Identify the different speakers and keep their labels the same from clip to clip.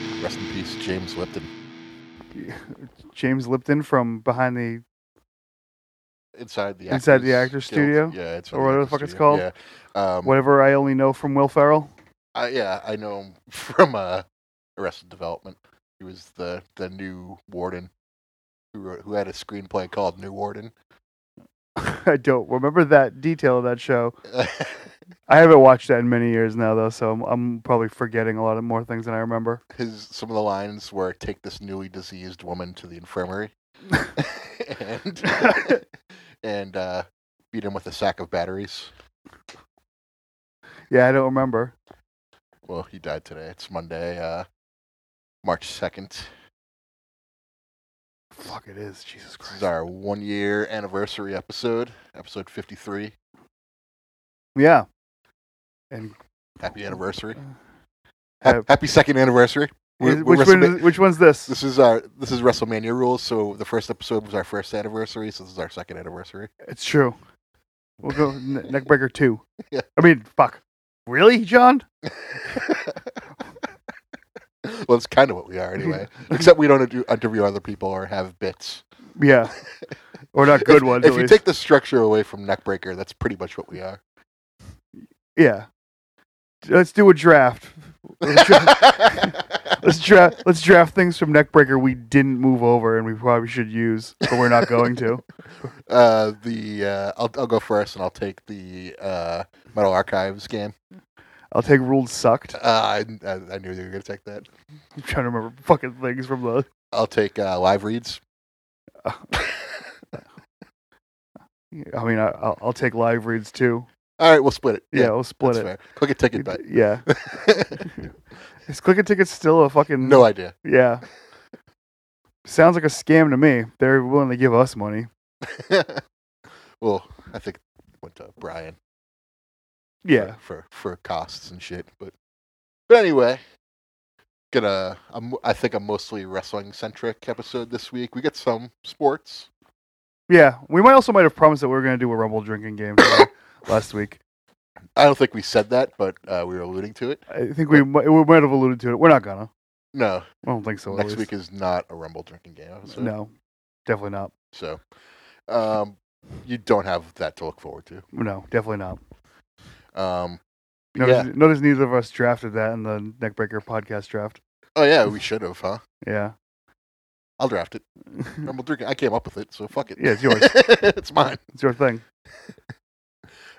Speaker 1: He's James Lipton.
Speaker 2: James Lipton from behind the
Speaker 1: Inside the
Speaker 2: Inside the Actors
Speaker 1: Guild.
Speaker 2: Studio?
Speaker 1: Yeah, it's
Speaker 2: Or whatever the fuck it's called?
Speaker 1: Yeah. Um,
Speaker 2: whatever I only know from Will Ferrell.
Speaker 1: I, yeah, I know him from uh, Arrested Development. He was the the new warden who wrote, who had a screenplay called New Warden.
Speaker 2: I don't remember that detail of that show. I haven't watched that in many years now, though, so I'm, I'm probably forgetting a lot of more things than I remember.
Speaker 1: His some of the lines were take this newly diseased woman to the infirmary and and uh, beat him with a sack of batteries.
Speaker 2: Yeah, I don't remember.
Speaker 1: Well, he died today. It's Monday, uh, March second.
Speaker 2: Fuck, it is. Jesus
Speaker 1: This
Speaker 2: Christ.
Speaker 1: is our one year anniversary episode, episode fifty three.
Speaker 2: Yeah. And
Speaker 1: Happy anniversary.
Speaker 2: uh,
Speaker 1: Happy second anniversary. We're-
Speaker 2: is-
Speaker 1: we're
Speaker 2: which, one
Speaker 1: WrestleMa-
Speaker 2: is, which one's this?
Speaker 1: This is our this is WrestleMania rules. So the first episode was our first anniversary. So this is our second anniversary.
Speaker 2: It's true. We'll go ne- Neckbreaker 2.
Speaker 1: Yeah.
Speaker 2: I mean, fuck. Really, John?
Speaker 1: well, it's kind of what we are anyway. Except we don't do- interview other people or have bits.
Speaker 2: Yeah. or not
Speaker 1: If-
Speaker 2: good ones,
Speaker 1: If
Speaker 2: at
Speaker 1: you
Speaker 2: least.
Speaker 1: take the structure away from Neckbreaker, that's pretty much what we are.
Speaker 2: yeah. Let's do a draft. Let's dra- let's draft let's draft things from Neckbreaker we didn't move over and we probably should use, but we're not going to.
Speaker 1: uh, the uh, I'll I'll go first, and I'll take the uh, Metal Archives game.
Speaker 2: I'll take ruled sucked.
Speaker 1: Uh, I, I I knew you were gonna take that.
Speaker 2: I'm trying to remember fucking things from the
Speaker 1: I'll take uh, live reads.
Speaker 2: I mean, I, I'll, I'll take live reads too.
Speaker 1: All right, we'll split it.
Speaker 2: Yeah, we'll split
Speaker 1: that's
Speaker 2: it.
Speaker 1: fair. Click a ticket bet.
Speaker 2: Yeah, is Click a Ticket's still a fucking
Speaker 1: no idea.
Speaker 2: Yeah, sounds like a scam to me. They're willing to give us money.
Speaker 1: well, I think it went to Brian. for-
Speaker 2: Yeah,
Speaker 1: For for costs and shit, but but anyway, gonna I'm, I think I'm mostly wrestling centric episode this week. We get some sports.
Speaker 2: yeah. We might also might have promised that we were going to do a Rumble drinking game today, last week.
Speaker 1: I don't think we said that, but uh, we were alluding to it.
Speaker 2: I think we mi- we might have alluded to it. We're not gonna.
Speaker 1: No,
Speaker 2: I don't think so. at
Speaker 1: next week
Speaker 2: least.
Speaker 1: is not a Rumble drinking game episode.
Speaker 2: no, definitely not.
Speaker 1: So, um, you don't have that to look forward to.
Speaker 2: No, definitely not.
Speaker 1: Um, but
Speaker 2: Notice,
Speaker 1: yeah.
Speaker 2: notice neither of us drafted that in the Neckbreaker podcast draft.
Speaker 1: Oh yeah, we should have, huh?
Speaker 2: Yeah.
Speaker 1: I'll draft it. Rumble drinking. I came up with it, so fuck it.
Speaker 2: Hmm. Yeah, it's yours.
Speaker 1: it's mine.
Speaker 2: it's your thing.
Speaker 1: Uh,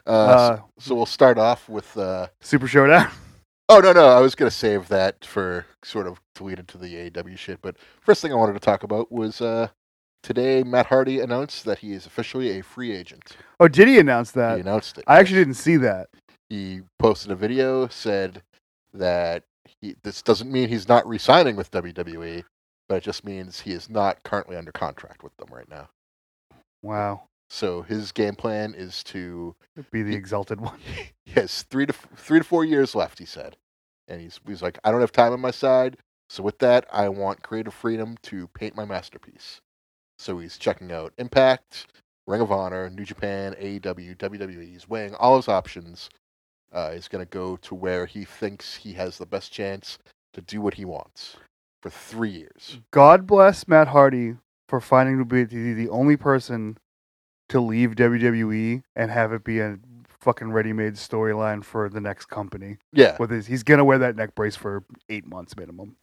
Speaker 2: Uh,
Speaker 1: so, so we'll start off with. Uh,
Speaker 2: Super Showdown.
Speaker 1: oh no, no, I was gonna save that for sort of to lead into the AEW shit. But first thing I wanted to talk about was uh, today Matt Hardy announced that he is officially a free agent.
Speaker 2: Oh, did he announce
Speaker 1: he
Speaker 2: that?
Speaker 1: announced it.
Speaker 2: I actually didn't see that.
Speaker 1: he posted a video said that he, this doesn't mean he's not re-signing with WWE, but it just means he is not currently under contract with them right now.
Speaker 2: Wow.
Speaker 1: So his game plan is to
Speaker 2: Be the
Speaker 1: He-
Speaker 2: exalted one.
Speaker 1: he has three to f- three to four years left. He said, and he's he's like, I don't have time on my side. So with that, I want creative freedom to paint my masterpiece. So he's checking out Impact, Ring of Honor, New Japan, E AEW, WWE. He's weighing all his options. Uh, he's gonna go to where he thinks he has the best chance to do what he wants for three years.
Speaker 2: God bless Matt Hardy for finding to be the, the only person to leave WWE and have it be a fucking ready-made storyline for the next company.
Speaker 1: Yeah.
Speaker 2: With his, he's gonna wear that neck brace for eight months minimum.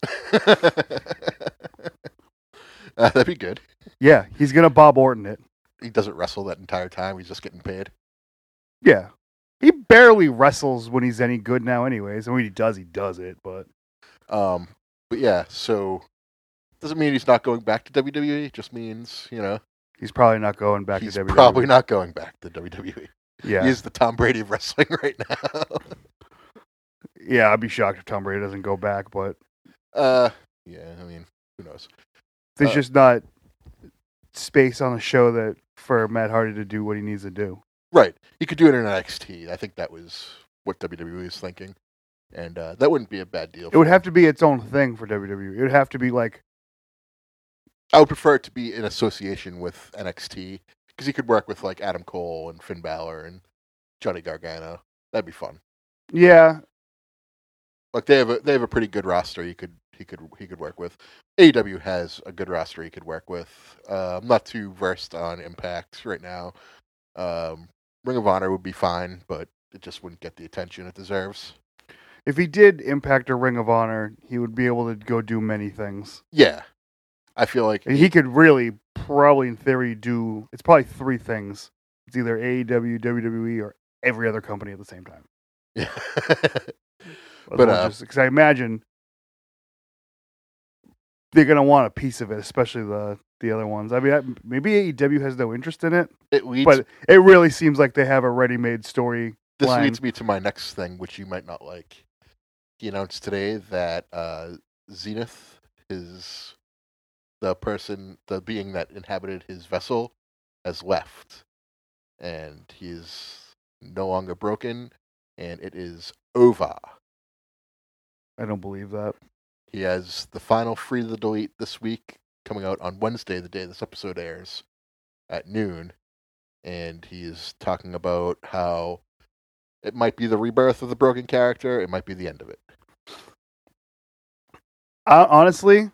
Speaker 1: Uh, that'd be good.
Speaker 2: Yeah, he's gonna Bob Orton it.
Speaker 1: He doesn't wrestle that entire time. He's just getting paid.
Speaker 2: Yeah. He barely wrestles when he's any good now, anyways. And when he does, he does it. But
Speaker 1: Um, but yeah, so doesn't mean he's not going back to WWE. Just means you know
Speaker 2: he's probably not going back
Speaker 1: he's
Speaker 2: to WWE.
Speaker 1: probably not going back to WWE.
Speaker 2: Yeah,
Speaker 1: He is the Tom Brady of wrestling right now.
Speaker 2: yeah. I'd be shocked if Tom Brady doesn't go back, but
Speaker 1: uh, yeah, I mean, who knows?
Speaker 2: there's
Speaker 1: Uh,
Speaker 2: just not space on the show that for Matt Hardy to do what he needs to do.
Speaker 1: Right? He could do it in NXT. I think that was what WWE was thinking, and uh, that wouldn't be a bad deal.
Speaker 2: It would have to be its own thing for WWE. It would have to be like,
Speaker 1: I would prefer it to be in association with NXT because he could work with like Adam Cole and Finn Balor and Johnny Gargano. That'd be fun.
Speaker 2: yeah,
Speaker 1: Like they have a they have a pretty good roster. You could he could he could work with. AEW has a good roster he could work with. Uh, I'm not too versed on Impact right now. Um, Ring of Honor would be fine, but it just wouldn't get the attention it deserves.
Speaker 2: If he did impact a Ring of Honor, he would be able to go do many things.
Speaker 1: Yeah, I feel like
Speaker 2: And he could really, probably in theory, do it's probably three things. It's either E AEW, WWE, or every other company at the same time.
Speaker 1: Yeah. But,
Speaker 2: But
Speaker 1: uh,
Speaker 2: because I imagine they're gonna want a piece of it, especially the the other ones. I mean, I, maybe AEW has no interest in it,
Speaker 1: it leads
Speaker 2: but it really seems like they have a ready-made story.
Speaker 1: this
Speaker 2: line.
Speaker 1: leads me to my next thing, which you might not like. He announced today that uh, Zenith, his the person, the being that inhabited his vessel, has left, and he is no longer broken, and it is over.
Speaker 2: I don't believe that.
Speaker 1: He has the final free to delete this week, coming out on Wednesday, the day this episode airs, at noon. And he's talking about how it might be the rebirth of the broken character, it might be the end of it.
Speaker 2: I, honestly,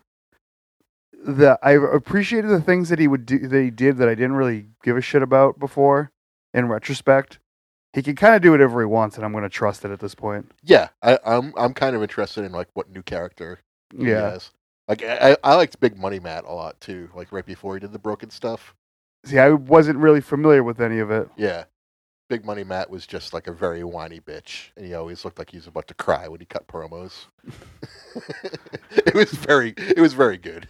Speaker 2: the I appreciated the things that he would do that he did that I didn't really give a shit about before. In retrospect, he can kind of do whatever he wants, and I'm going to trust it at this point.
Speaker 1: Yeah, I, I'm I'm kind of interested in like what new character he
Speaker 2: Yeah.
Speaker 1: has. Like I, I I liked Big Money Matt a lot too. Like right before he did the broken stuff.
Speaker 2: See, I wasn't really familiar with any of it.
Speaker 1: Yeah. Big Money Matt was just like a very whiny bitch, and he always looked like he was about to cry when he cut promos. it was very, it was very good.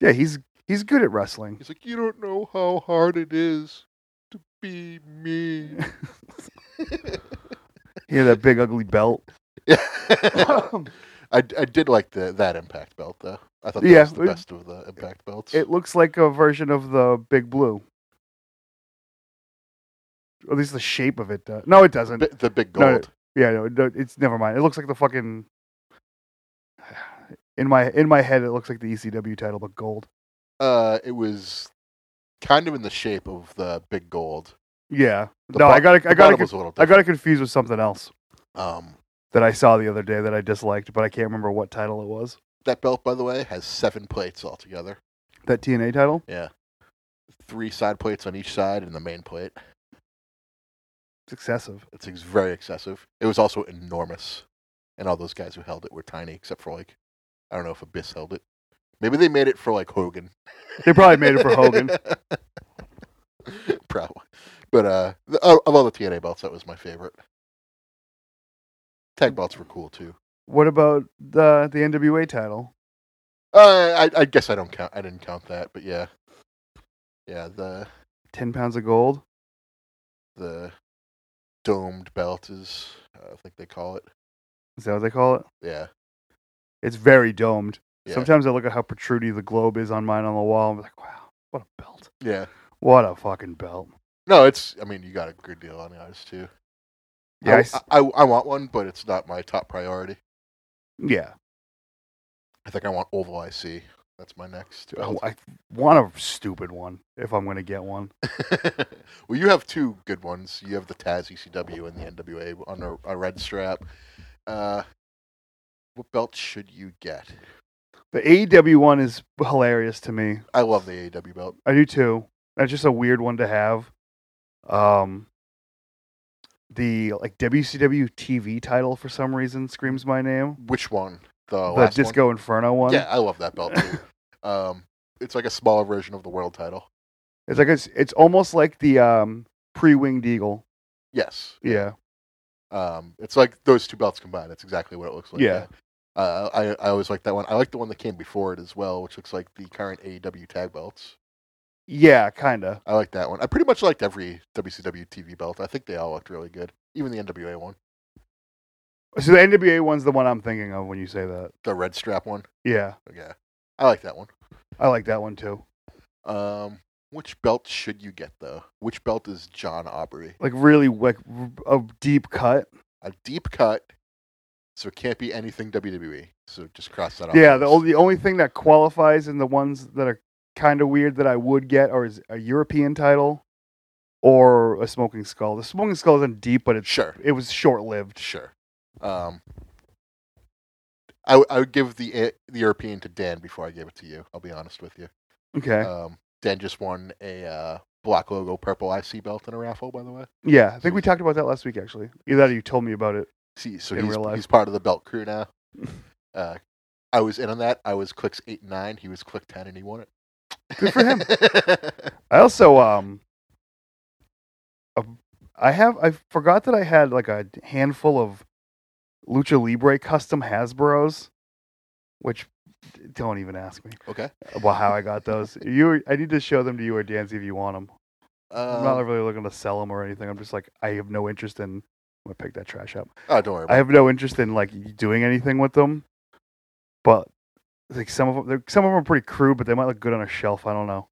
Speaker 2: Yeah, he's he's good at wrestling.
Speaker 1: He's like, you don't know how hard it is to be me.
Speaker 2: He had that big ugly belt.
Speaker 1: I, I did like the that impact belt though. I thought that
Speaker 2: Yeah,
Speaker 1: was the
Speaker 2: it-
Speaker 1: best of the impact belts.
Speaker 2: it looks like a version of the Big Blue. Or at least the shape of it does. No, it doesn't.
Speaker 1: Bi- the big
Speaker 2: No,
Speaker 1: gold.
Speaker 2: Yeah, no, no, it's never mind. It looks like the fucking in my in my head. It looks like the ECW title, but gold.
Speaker 1: Uh, it was kind of in the shape of the big gold.
Speaker 2: Yeah.
Speaker 1: The
Speaker 2: no, I
Speaker 1: bo-
Speaker 2: got I
Speaker 1: the
Speaker 2: got
Speaker 1: bottom was a little
Speaker 2: I
Speaker 1: different.
Speaker 2: got it confused with something else
Speaker 1: Um,
Speaker 2: that I saw the other day that I disliked, but I can't remember what title it was.
Speaker 1: that belt, by the way, has seven plates altogether.
Speaker 2: That TNA title.
Speaker 1: three side plates on each side and the main plate.
Speaker 2: It's excessive.
Speaker 1: It's ex- very excessive. It was also enormous, and all those guys who held it were tiny, except for like I don't know if Abyss held it. Maybe they made it for like Hogan.
Speaker 2: They probably made it for Hogan.
Speaker 1: Probably, but uh, the, of of all the TNA belts, that was my favorite. Tag belts were cool too.
Speaker 2: What about the the NWA title?
Speaker 1: Uh, I, I guess I don't count. I didn't count that, but yeah, yeah. The
Speaker 2: Ten pounds of gold.
Speaker 1: the domed belt is, uh, I think they call it.
Speaker 2: Is that what they call it?
Speaker 1: Yeah.
Speaker 2: It's very domed.
Speaker 1: yeah.
Speaker 2: Sometimes I look at how protrudy the globe is on mine on the wall. I'm like, wow, what a belt.
Speaker 1: Yeah.
Speaker 2: What a fucking belt.
Speaker 1: No, it's. I mean, you got a good deal on ours too.
Speaker 2: Yeah, I s-
Speaker 1: I, I, I want one, but it's not my top priority.
Speaker 2: Yeah.
Speaker 1: I think I want Oval IC. That's my next.
Speaker 2: I,
Speaker 1: belt.
Speaker 2: I want a stupid one if I'm going to get one.
Speaker 1: well, you have two good ones. You have the Taz ECW and the NWA on a, a red strap. Uh, what belt should you get?
Speaker 2: The AEW one is hilarious to me.
Speaker 1: I love the AEW belt.
Speaker 2: I do too. That's just a weird one to have. Um, the like WCW TV title for some reason screams my name.
Speaker 1: Which one? The,
Speaker 2: the
Speaker 1: Oh, last
Speaker 2: Disco Inferno one.
Speaker 1: one. Yeah, I love that belt too. um, it's like a smaller version of the world title.
Speaker 2: It's like it's it's almost like the um pre-winged eagle.
Speaker 1: Yes.
Speaker 2: Yeah.
Speaker 1: Um, it's like those two belts combined. That's exactly what it looks like.
Speaker 2: Yeah.
Speaker 1: Uh, I I always like that one. I like the one that came before it as well, which looks like the current AEW tag belts.
Speaker 2: Yeah, kind of.
Speaker 1: I like that one. I pretty much liked every WCW TV belt. I think they all looked really good. Even the NWA one,
Speaker 2: So the NWA one's the one I'm thinking of when you say that.
Speaker 1: the red strap one.
Speaker 2: Yeah.
Speaker 1: Yeah, I like that one.
Speaker 2: I like that one too.
Speaker 1: Um, which belt should you get though? Which belt is John Aubrey?
Speaker 2: Like really like r- a deep cut.
Speaker 1: A deep cut, so it can't be anything WWE. So just cross that off.
Speaker 2: Yeah, the
Speaker 1: list.
Speaker 2: only, the only thing that qualifies in the ones that are kind of weird that I would get are is a European title or a Smoking Skull. The Smoking Skull isn't deep, but it's
Speaker 1: sure.
Speaker 2: it was short lived.
Speaker 1: Sure. Um, I, w- I would give the A- the European to Dan before I gave it to you. I'll be honest with you.
Speaker 2: Okay.
Speaker 1: Um, Dan just won a uh, black logo purple IC belt in a raffle, by the way.
Speaker 2: yeah, I think we talked about that last week actually. Either that or you told me about it.
Speaker 1: See, so
Speaker 2: In
Speaker 1: he's,
Speaker 2: real life.
Speaker 1: he's part of the belt crew now. Uh, I was in on that. I was clicks eight and nine. He was click ten, and he won it.
Speaker 2: Good for him.
Speaker 1: him.
Speaker 2: I also um a- I have I forgot that I had like a handful of Lucha Libre custom Hasbro's which don't even ask me
Speaker 1: okay.
Speaker 2: about how I got those. You I need to show them to you or Danzy if you want them. I'm not
Speaker 1: Um,
Speaker 2: really looking to sell them or anything. I'm just like I have no interest in I'm gonna pick that trash up.
Speaker 1: oh, don't worry. About
Speaker 2: I have no interest in like y- doing anything with them. But like some of them, they're- some of them are pretty crude, but they might look good on a shelf. I don't know.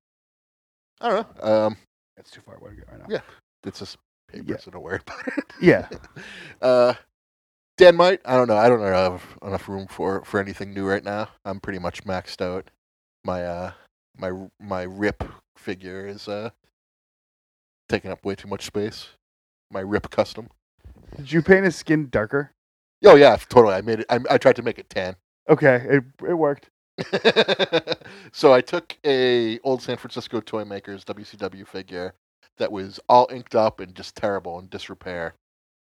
Speaker 1: it. I don't know. Um,
Speaker 2: That's too far away to go right now.
Speaker 1: Yeah. it's just paper,
Speaker 2: Yeah.
Speaker 1: so don't worry about it.
Speaker 2: Yeah.
Speaker 1: Uh, Dan might. I don't know. I don't know. if I have enough room for for anything new right now. I'm pretty much maxed out. My uh, my my rip figure is uh, taking up way too much space. My rip custom.
Speaker 2: Did you paint his skin darker?
Speaker 1: Oh yeah, totally. I made it. I, I tried to make it tan.
Speaker 2: Okay, it it worked.
Speaker 1: so I took a old San Francisco toy makers WCW figure that was all inked up and just terrible and disrepair,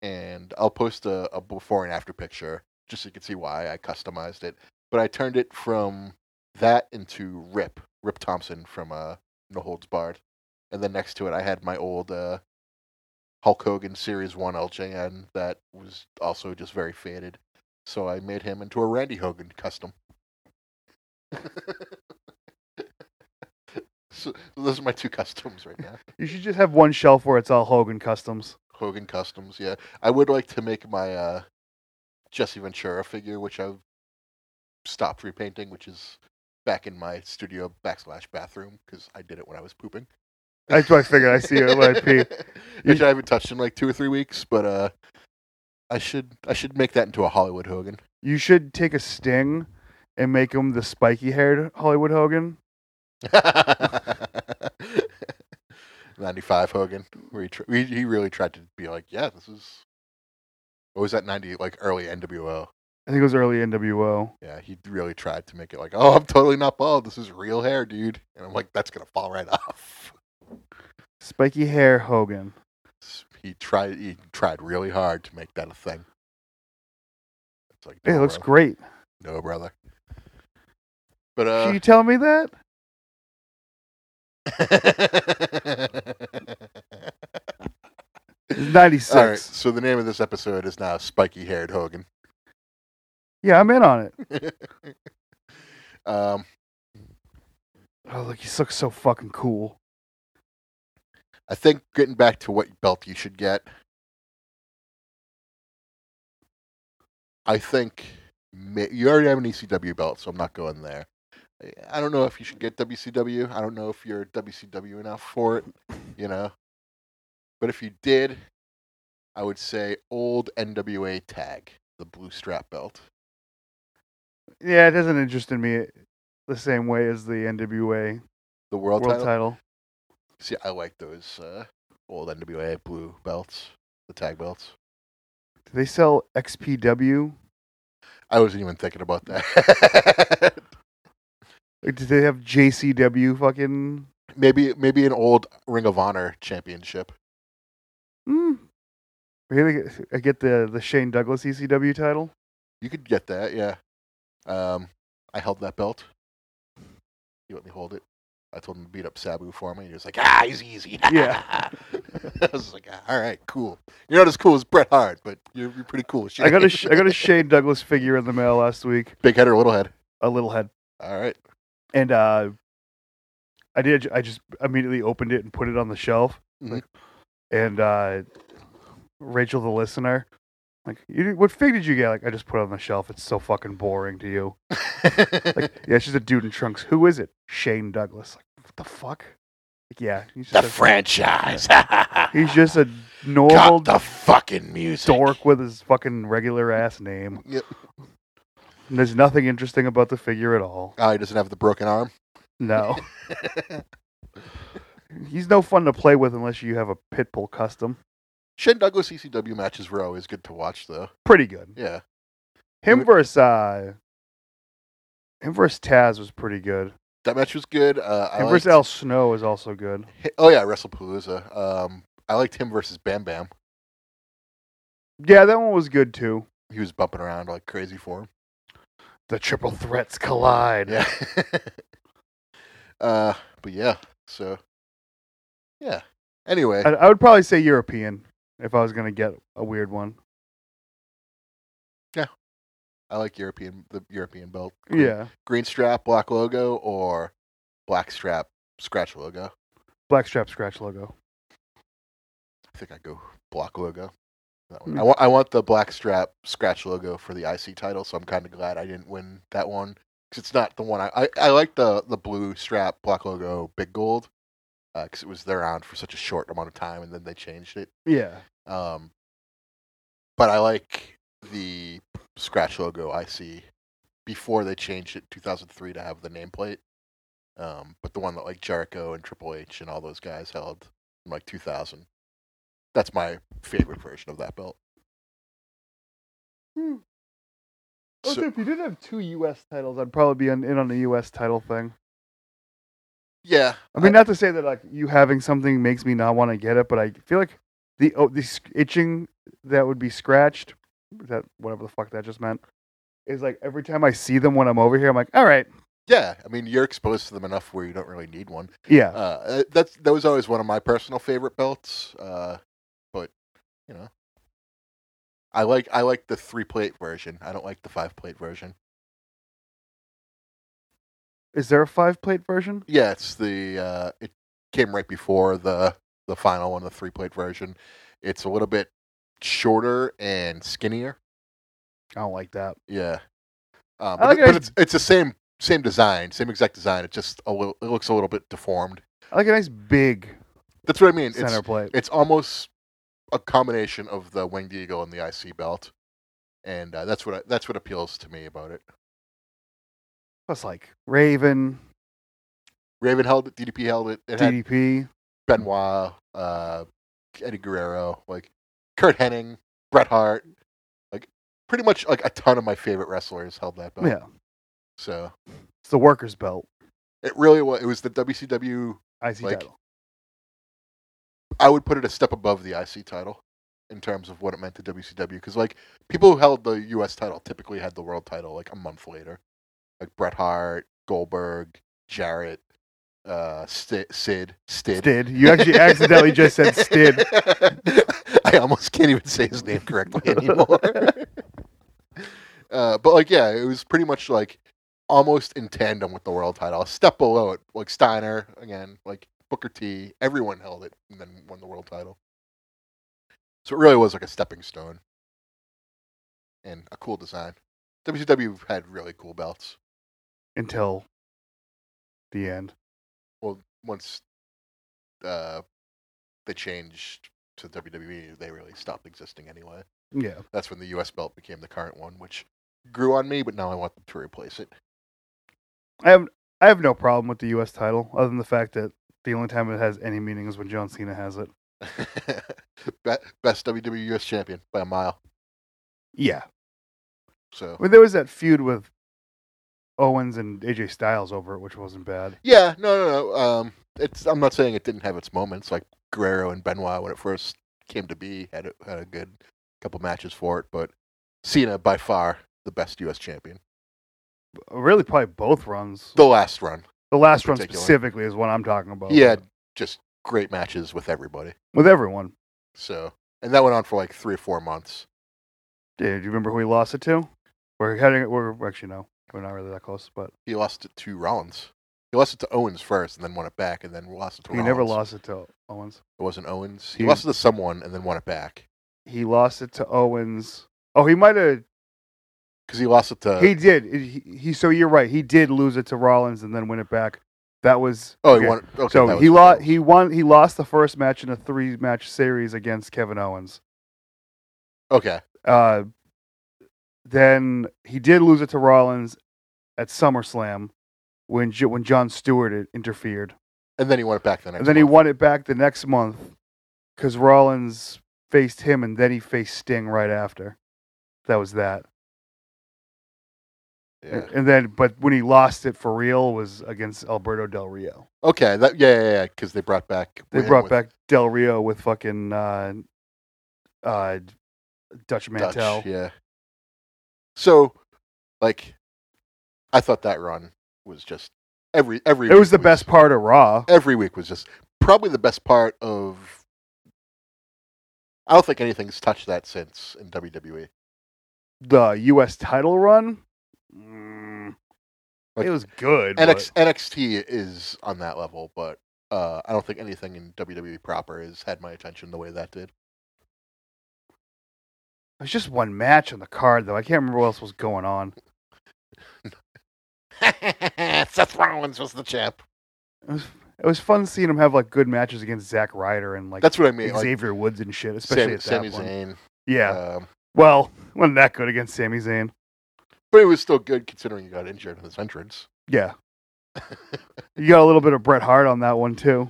Speaker 1: and I'll post a, a before and after picture just so you can see why I customized it. But I turned it from that into Rip Rip Thompson from uh, No Holds Barred, and then next to it I had my old uh, Hulk Hogan Series One LJN that was also just very faded. So I made him into a Randy Hogan custom. so those are my two customs right now.
Speaker 2: You should just have one shelf where it's all Hogan customs.
Speaker 1: Hogan customs, yeah. I would like to make my uh, Jesse Ventura figure, which I've stopped repainting, which is back in my studio backslash bathroom because I did it when I was pooping.
Speaker 2: That's what I figured. I see it when I pee.
Speaker 1: which I haven't touched in like two or three weeks, but uh, I should I should make that into a Hollywood Hogan.
Speaker 2: You should take a sting and make him the spiky haired Hollywood Hogan.
Speaker 1: Ninety-five Hogan, where he, tr- he he really tried to be like, yeah, this is. What was that ninety like early NWO?
Speaker 2: I think it was early NWO.
Speaker 1: Yeah, he really tried to make it like, oh, I'm totally not bald. This is real hair, dude. And I'm like, that's gonna fall right off.
Speaker 2: Spiky hair Hogan.
Speaker 1: He tried. He tried really hard to make that a thing. It's like,
Speaker 2: Hey,
Speaker 1: no,
Speaker 2: it looks
Speaker 1: bro.
Speaker 2: great.
Speaker 1: No, brother. But uh,
Speaker 2: Should you tell me that? It's 96.
Speaker 1: all right. So the name of this episode is now Spiky Haired Hogan.
Speaker 2: Yeah, I'm in on it.
Speaker 1: Um,
Speaker 2: Oh, look, he looks so fucking cool.
Speaker 1: I think getting back to what belt you should get, I think ma- you already have an ECW belt, so I'm not going there. I- I don't know if you should get WCW. I don't know if you're WCW enough for it, you know. But if you did, I would say old NWA tag, the blue strap belt.
Speaker 2: Yeah, it doesn't interest in me the same way as the NWA
Speaker 1: The world,
Speaker 2: world
Speaker 1: title.
Speaker 2: title.
Speaker 1: See, I like those uh, old NWA blue belts, the tag belts.
Speaker 2: Do they sell XPW?
Speaker 1: I wasn't even thinking about that.
Speaker 2: Like, do they have JCW fucking?
Speaker 1: maybe maybe an old Ring of Honor championship.
Speaker 2: Hmm. Really, I get the the Shane Douglas ECW title.
Speaker 1: You could get that, yeah. Um, I held that belt. He let me hold it. I told him to beat up Sabu for me. He was like, ah, he's easy.
Speaker 2: Yeah.
Speaker 1: I was like, "Ah, all right, cool. You're not as cool as Bret Hart, but you're, you're pretty cool. as
Speaker 2: I got a
Speaker 1: shit."
Speaker 2: Sh- I got a Shane Douglas figure in the mail last week.
Speaker 1: big head or little head.
Speaker 2: A little head,
Speaker 1: All right.
Speaker 2: and uh, I did. I just immediately opened it and put it on the shelf.
Speaker 1: Mhm.
Speaker 2: And uh, Rachel, the listener, like, you, did- what fig did you get? Like, I just put it on the shelf. It's so fucking boring to you. Like, yeah, it's just a dude in trunks. Who is it? Shane Douglas. Like, what the fuck? Like, yeah, he's
Speaker 1: the
Speaker 2: just, a,
Speaker 1: franchise.
Speaker 2: he's just a normal
Speaker 1: got the fucking music.
Speaker 2: dork with his fucking regular ass name.
Speaker 1: Yep.
Speaker 2: And there's nothing interesting about the figure at all.
Speaker 1: Oh, he doesn't have the broken arm.
Speaker 2: No. he's no fun to play with unless you have a Pitbull custom.
Speaker 1: Shane Douglas E ECW matches were always good to watch, though.
Speaker 2: Pretty good.
Speaker 1: Yeah.
Speaker 2: Him versus uh, Him versus Taz was pretty good.
Speaker 1: That match was good. Uh, I
Speaker 2: Him versus
Speaker 1: liked-
Speaker 2: El Snow is also good.
Speaker 1: Oh yeah, WrestlePalooza. Um, I liked him versus Bam Bam.
Speaker 2: Yeah, that one was good too.
Speaker 1: He was bumping around like crazy for him.
Speaker 2: The triple threats collide.
Speaker 1: Yeah. uh, but yeah. So. Yeah. Anyway,
Speaker 2: I, I would probably say European if I was gonna get a weird one.
Speaker 1: I like European the European belt. Green-
Speaker 2: Yeah,
Speaker 1: Green strap, black logo, or black strap, scratch logo.
Speaker 2: black strap scratch logo.
Speaker 1: I think I go black logo. That one.
Speaker 2: Hmm.
Speaker 1: I want I want the black strap scratch logo for the IC title, so I'm kind of glad I didn't win that one 'cause it's not the one I I, I like the the blue strap black logo big gold because it was around for such a short amount of time and then they changed it.
Speaker 2: Yeah,
Speaker 1: Um, but I like the scratch logo IC before they changed it in 2003 to have the nameplate. Um, but the one that like Jericho and Triple H and all those guys held in like 2000. That's my favorite version of that belt.
Speaker 2: Hmm. Also,
Speaker 1: So-
Speaker 2: if you did have two U.S. titles, I'd probably be on, in on the U.S. title thing.
Speaker 1: Yeah.
Speaker 2: I mean, not to say that like you having something makes me not want to get it, but I feel like the oh, the sc- itching that would be scratched, that whatever the fuck that just meant, is like every time I see them when I'm over here, I'm like, all right,
Speaker 1: yeah. I mean, you're exposed to them enough where you don't really need one.
Speaker 2: yeah,
Speaker 1: Uh, that's that was always one of my personal favorite belts. Uh, but you know, I like I like the three plate version. I don't like the five plate version.
Speaker 2: is there a five plate version?
Speaker 1: Yeah, it's the uh, it came right before the the final one, the three plate version. It's a little bit shorter and skinnier.
Speaker 2: I don't like that.
Speaker 1: Yeah, um,
Speaker 2: I
Speaker 1: but,
Speaker 2: like
Speaker 1: it-
Speaker 2: it
Speaker 1: but
Speaker 2: as-
Speaker 1: it's it's the same same design, same exact design. It just a little, it looks a little bit deformed.
Speaker 2: I like a nice big
Speaker 1: That's what I mean. It's
Speaker 2: center plate.
Speaker 1: it's almost a combination of the winged eagle and the IC belt, and uh, that's what I, that's what appeals to me about it.
Speaker 2: Plus, like Raven,
Speaker 1: Raven held it, DDP held it, it had
Speaker 2: DDP.
Speaker 1: Benoit, uh, Eddie Guerrero, like Kurt Hennig, Bret Hart, like pretty much like a ton of my favorite wrestlers held that belt.
Speaker 2: Yeah,
Speaker 1: So
Speaker 2: it's the workers' belt.
Speaker 1: it really was. It was the WCW.
Speaker 2: IC
Speaker 1: Like-
Speaker 2: title.
Speaker 1: I would put it a step above the IC title in terms of what it meant to WCW because like people who held the U.S. title typically had the world title like a month later, like Bret Hart, Goldberg, Jarrett, uh, Sid, Sid, Stid.
Speaker 2: Stid. You actually accidentally just said Stid.
Speaker 1: I almost can't even say his name correctly anymore. uh, but like, yeah, it was pretty much like almost in tandem with the world title. A step below it, like Steiner again, like Booker T. Everyone held it and then won the world title. So it really was like a stepping stone and a cool design. WCW had really cool belts.
Speaker 2: until the end.
Speaker 1: Well, once uh, they changed to WWE, they really stopped existing anyway.
Speaker 2: Yeah.
Speaker 1: That's when the U.S. belt became the current one, which grew on me, but now I want them to replace it.
Speaker 2: I have I have no problem with the US title other than the fact that the only time it has any meaning is when John Cena has it.
Speaker 1: Be- Best WWE U.S. champion by a mile.
Speaker 2: Yeah.
Speaker 1: So
Speaker 2: Well, there was that feud with Owens and AJ Styles over it, which wasn't bad.
Speaker 1: yeah, no, no, no. Um, it's I'm not saying it didn't have its moments. Like Guerrero and Benoit when it first came to be had a, had a good couple matches for it, but Cena by far the best U.S. champion.
Speaker 2: Really, probably both runs.
Speaker 1: The last run,
Speaker 2: The last run
Speaker 1: particular.
Speaker 2: specifically is what I'm talking about.
Speaker 1: he had just great matches with everybody.
Speaker 2: with everyone.
Speaker 1: So and that went on for like three or four months.
Speaker 2: Yeah, do you remember who he lost it to? We're heading. We're actually no, we're not really that close. But
Speaker 1: He lost it to Rollins. He lost it to Owens first, and then won it back, and then lost it to
Speaker 2: he
Speaker 1: Rollins.
Speaker 2: never lost it to Owens.
Speaker 1: It wasn't Owens. He
Speaker 2: He-
Speaker 1: lost it to someone, and then won it back
Speaker 2: He lost it to Owens. Oh, he might have.
Speaker 1: because he lost it to.
Speaker 2: he did. It- He, he so you're right. He did lose it to Rollins and then win it back. That was
Speaker 1: oh,
Speaker 2: okay.
Speaker 1: he won. Okay, that
Speaker 2: so
Speaker 1: was
Speaker 2: he
Speaker 1: the
Speaker 2: lost.
Speaker 1: Rollins.
Speaker 2: He won. He lost the first match in a three match series against Kevin Owens.
Speaker 1: Okay,
Speaker 2: Uh, then he did lose it to Rollins at SummerSlam when J- when John Stewart i- interfered,
Speaker 1: and then he won it back the next.
Speaker 2: and then he
Speaker 1: month.
Speaker 2: won it back the next month because Rollins faced him, and then he faced Sting right after. That was that.
Speaker 1: Yeah.
Speaker 2: And then, but when he lost it for real was against Alberto Del Rio.
Speaker 1: Okay. That, yeah, yeah, yeah. Because they brought back.
Speaker 2: They
Speaker 1: him
Speaker 2: brought
Speaker 1: with
Speaker 2: back Del Rio with fucking uh, uh, Dutch
Speaker 1: Dutch,
Speaker 2: Mantel.
Speaker 1: Yeah. So, like, I thought that run was just every every.
Speaker 2: It was the
Speaker 1: week
Speaker 2: best part of Raw.
Speaker 1: Every week was just probably the best part of. I don't think anything's touched that since in E. WWE.
Speaker 2: The U.S. title run. Mm,
Speaker 1: Like,
Speaker 2: it was good. but-
Speaker 1: NX, NXT is on that level, but uh, I don't think anything in WWE proper has had my attention the way that did.
Speaker 2: It was just one match on the card, though. I can't remember what else was going on.
Speaker 1: Seth Rollins was the champ.
Speaker 2: It was, it was fun seeing him have like good matches against Zack Ryder and like
Speaker 1: That's what I mean. Like,
Speaker 2: Xavier Woods and shit, especially
Speaker 1: Sami, Sami
Speaker 2: at that one.
Speaker 1: Zayn.
Speaker 2: Yeah.
Speaker 1: Um,
Speaker 2: well, wasn't that good against Sami Zayn?
Speaker 1: but it was still good considering he got injured in his entrance.
Speaker 2: Yeah. you got a little bit of Bret Hart on that one too.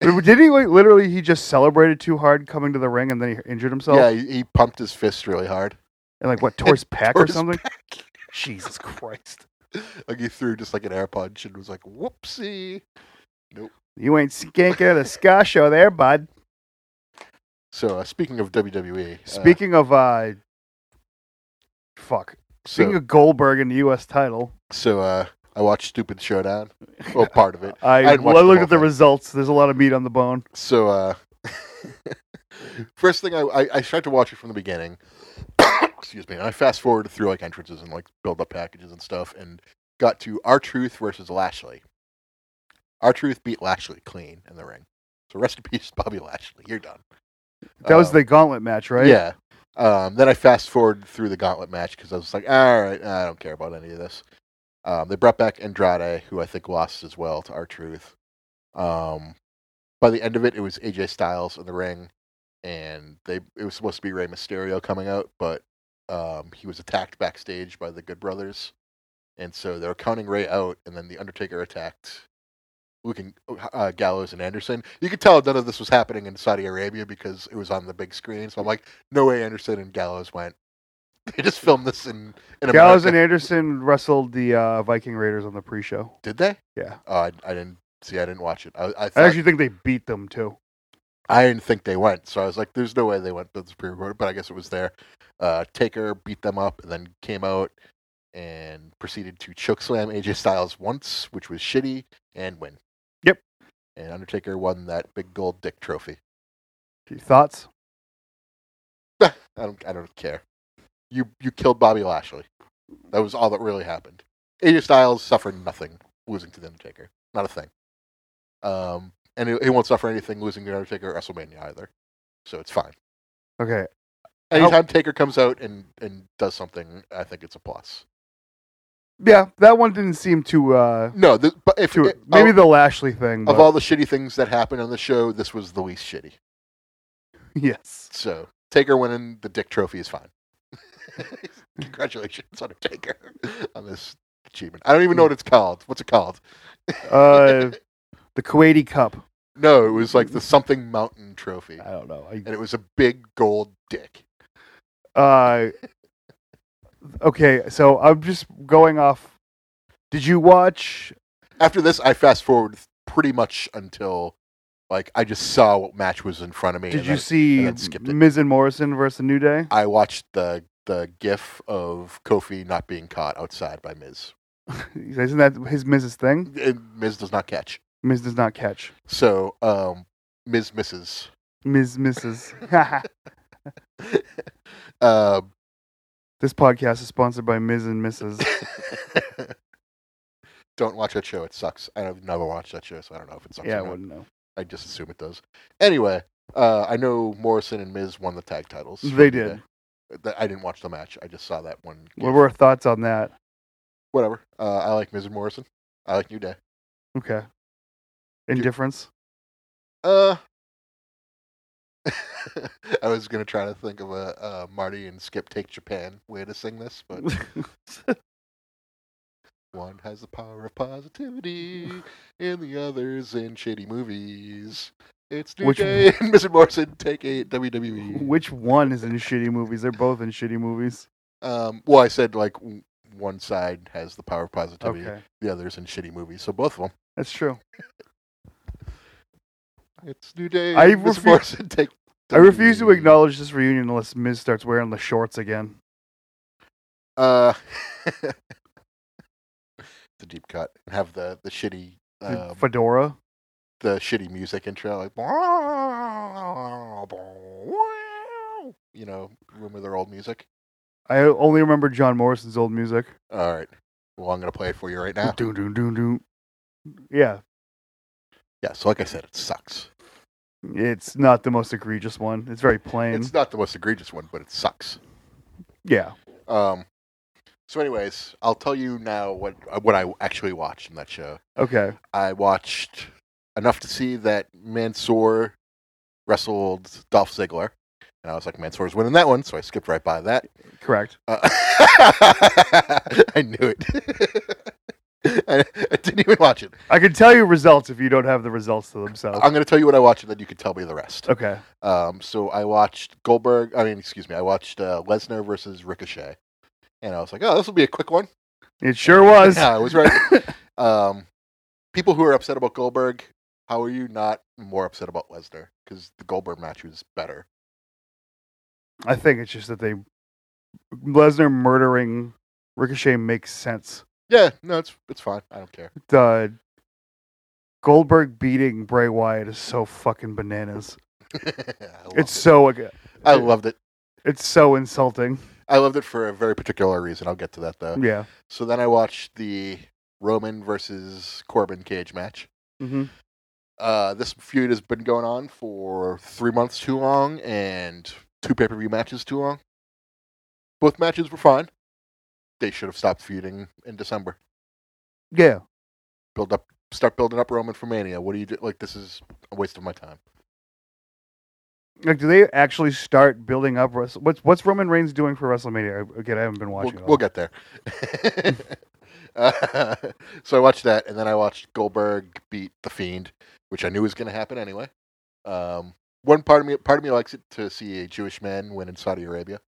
Speaker 2: Did he like literally? He just celebrated too hard coming to the ring, and then he injured himself.
Speaker 1: yeah, he, he pumped his fist really hard.
Speaker 2: and like what tore his pec
Speaker 1: Tore
Speaker 2: or
Speaker 1: his
Speaker 2: something. Jesus Christ!
Speaker 1: Like he threw just like an air punch and was like, "Whoopsie!"
Speaker 2: You ain't skanking at a ska show there, bud.
Speaker 1: So uh, speaking of WWE, uh,
Speaker 2: Speaking of uh, fuck. Speaking
Speaker 1: so,
Speaker 2: of Goldberg and the U.S. title,
Speaker 1: so uh, I watched Stupid Showdown, well, part of it.
Speaker 2: I,
Speaker 1: I
Speaker 2: I
Speaker 1: didn't watch the
Speaker 2: looked
Speaker 1: whole
Speaker 2: at the
Speaker 1: thing.
Speaker 2: results. There's a lot of meat on the bone.
Speaker 1: So uh, first thing I, I I tried to watch it from the beginning. Excuse me. And I fast forwarded through like entrances and like build up packages and stuff, and got to our truth versus Lashley. Our truth beat Lashley clean in the ring. So rest in peace, Bobby Lashley. You're done.
Speaker 2: That was
Speaker 1: Um,
Speaker 2: the gauntlet match, right?
Speaker 1: Yeah. Um, then I fast forward through the gauntlet match because I was like, all right, I don't care about any of this. Um, they brought back Andrade, who I think lost as well to our truth. Um, by the end of it, it was AJ Styles in the ring, and they it was supposed to be Rey Mysterio coming out, but um, he was attacked backstage by the Good Brothers, and so they were counting Rey out, and then the Undertaker attacked Luke and uh, Gallows and Anderson. You could tell none of this was happening in Saudi Arabia because it was on the big screen. So I'm like, no way Anderson and Gallows went. They just filmed this in in
Speaker 2: Gallows
Speaker 1: America.
Speaker 2: and Anderson wrestled the uh, Viking Raiders on the pre-show.
Speaker 1: Did they?
Speaker 2: Yeah.
Speaker 1: Oh, I, I didn't see. I didn't watch it. I, I,
Speaker 2: I
Speaker 1: thought,
Speaker 2: actually think they beat them too.
Speaker 1: I didn't think they went, so I was like, "There's no way they went." That's pre-recorded, but I guess it was there. Uh, Taker beat them up, and then came out and proceeded to choke slam AJ Styles once, which was shitty, and win.
Speaker 2: Yep.
Speaker 1: And Undertaker won that big gold dick trophy.
Speaker 2: Thoughts?
Speaker 1: I don't. I don't care. You you killed Bobby Lashley. That was all that really happened. AJ Styles suffered nothing losing to the Undertaker. Not a thing. Um, and he, he won't suffer anything losing to the Undertaker at WrestleMania either. So it's fine.
Speaker 2: Okay.
Speaker 1: Anytime Taker comes out and and does something, I think it's a plus.
Speaker 2: Yeah, that one didn't seem too. Uh,
Speaker 1: No, this, but if
Speaker 2: too
Speaker 1: it-
Speaker 2: maybe
Speaker 1: of,
Speaker 2: the Lashley thing. But,
Speaker 1: oh. of all the shitty things that happened on the show, this was the least shitty.
Speaker 2: yes.
Speaker 1: So Taker winning the Dick Trophy is fine. Congratulations, Undertaker, on this achievement. I don't even know what it's called. What's it called?
Speaker 2: Uh, the Kuwaiti Cup.
Speaker 1: No, it was like the something mountain trophy,
Speaker 2: I don't know. I-
Speaker 1: and it was a big gold dick.
Speaker 2: Uh, okay, so I'm just going off. Did you watch?
Speaker 1: After this, I fast forward pretty much until like I just saw what match was in front of me.
Speaker 2: Did
Speaker 1: and
Speaker 2: you
Speaker 1: then
Speaker 2: see
Speaker 1: then skipped it.
Speaker 2: Miz and Morrison versus New Day?
Speaker 1: I watched the the GIF of Kofi not being caught outside by Miz.
Speaker 2: Isn't that his Miz's thing?
Speaker 1: And Miz does not catch,
Speaker 2: Miz does not catch.
Speaker 1: so um, Miz misses
Speaker 2: Miz misses. this
Speaker 1: Uh,
Speaker 2: podcast is sponsored by Miz and Mrs.
Speaker 1: don't watch that show. It sucks. I've never watched that show, so I don't know if it sucks.
Speaker 2: yeah, I
Speaker 1: or not.
Speaker 2: wouldn't know.
Speaker 1: I just assume it does. Anyway, uh, I know Morrison and Miz won the tag titles.
Speaker 2: They
Speaker 1: from New
Speaker 2: did.
Speaker 1: Day. Th- I didn't watch the match. I just saw that one.
Speaker 2: What were our thoughts on that?
Speaker 1: Whatever. Uh, I like Miz and Morrison. I like New Day.
Speaker 2: Okay. Indifference.
Speaker 1: Uh, I was gonna try to think of a uh, Marty and Skip take Japan way to sing this, but One has the power of positivity, and the other's in shitty movies. It's New
Speaker 2: Which
Speaker 1: Day and Mr. Morrison take a WWE.
Speaker 2: Which one is in shitty movies? They're both in shitty movies.
Speaker 1: Um, well, I said like w- one side has the power of positivity,
Speaker 2: Okay,
Speaker 1: the other's in shitty movies. So both of them.
Speaker 2: that's true.
Speaker 1: It's new day.
Speaker 2: I
Speaker 1: Miss
Speaker 2: refu-
Speaker 1: Morrison, take E.
Speaker 2: I refuse to
Speaker 1: three.
Speaker 2: acknowledge this reunion unless Miz starts wearing the shorts again.
Speaker 1: Uh, it's a deep cut. And have the the shitty
Speaker 2: The
Speaker 1: um,
Speaker 2: Fedora.
Speaker 1: the shitty music intro, like you know, remember their old music.
Speaker 2: I only remember John Morrison's old music.
Speaker 1: All right, well, I'm gonna play it for you right now.
Speaker 2: Doom, doom, doom, doom. Yeah,
Speaker 1: Yeah, so like I said, it sucks.
Speaker 2: it's not the most egregious one. It's very plain.
Speaker 1: It's not the most egregious one, but it sucks.
Speaker 2: yeah.
Speaker 1: Um, so anyways, I'll tell you now what what I actually watched in that show.
Speaker 2: Okay.
Speaker 1: I watched enough to see that Mansoor wrestled Dolph Ziggler, and I was like, Mansoor's winning that one, so I skipped right by that.
Speaker 2: Correct.
Speaker 1: Uh, I knew it. I, I didn't even watch it.
Speaker 2: I can tell you results if you don't have the results to themselves.
Speaker 1: I'm going to tell you what I watched, and then you can tell me the rest.
Speaker 2: Okay.
Speaker 1: Um, so I watched Goldberg. I mean, excuse me. I watched uh, Lesnar versus Ricochet, and I was like, oh, this will be a quick one.
Speaker 2: It sure was.
Speaker 1: Yeah, I was right. um, people who are upset about Goldberg, how are you not more upset about Lesnar? Because the Goldberg match was better.
Speaker 2: I think it's just that they Lesnar murdering Ricochet makes sense.
Speaker 1: Yeah, no, it's it's fine. I don't care.
Speaker 2: The Goldberg beating Bray Wyatt is so fucking bananas.
Speaker 1: I loved
Speaker 2: It's
Speaker 1: it.
Speaker 2: so ag-
Speaker 1: I loved it.
Speaker 2: it's so insulting.
Speaker 1: I loved it for a very particular reason. I'll get to that though.
Speaker 2: Yeah.
Speaker 1: So then I watched the Roman versus Corbin cage match.
Speaker 2: hmm
Speaker 1: Uh, this feud has been going on for three months too long, and two pay per view matches too long. Both matches were fine. They should have stopped feuding in December.
Speaker 2: Yeah.
Speaker 1: build up start building up Roman for Mania. What do you do? Like this is a waste of my time.
Speaker 2: Like, do they actually start building up? Wrest- What's what's Roman Reigns doing for WrestleMania? I- Again, I haven't been
Speaker 1: We'll,
Speaker 2: watching. at all.
Speaker 1: we'll get there. Uh, so I watched that, and then I watched Goldberg beat the Fiend, which I knew was going to happen anyway. Um, one part of me, part of me likes it to see a Jewish man win in Saudi Arabia.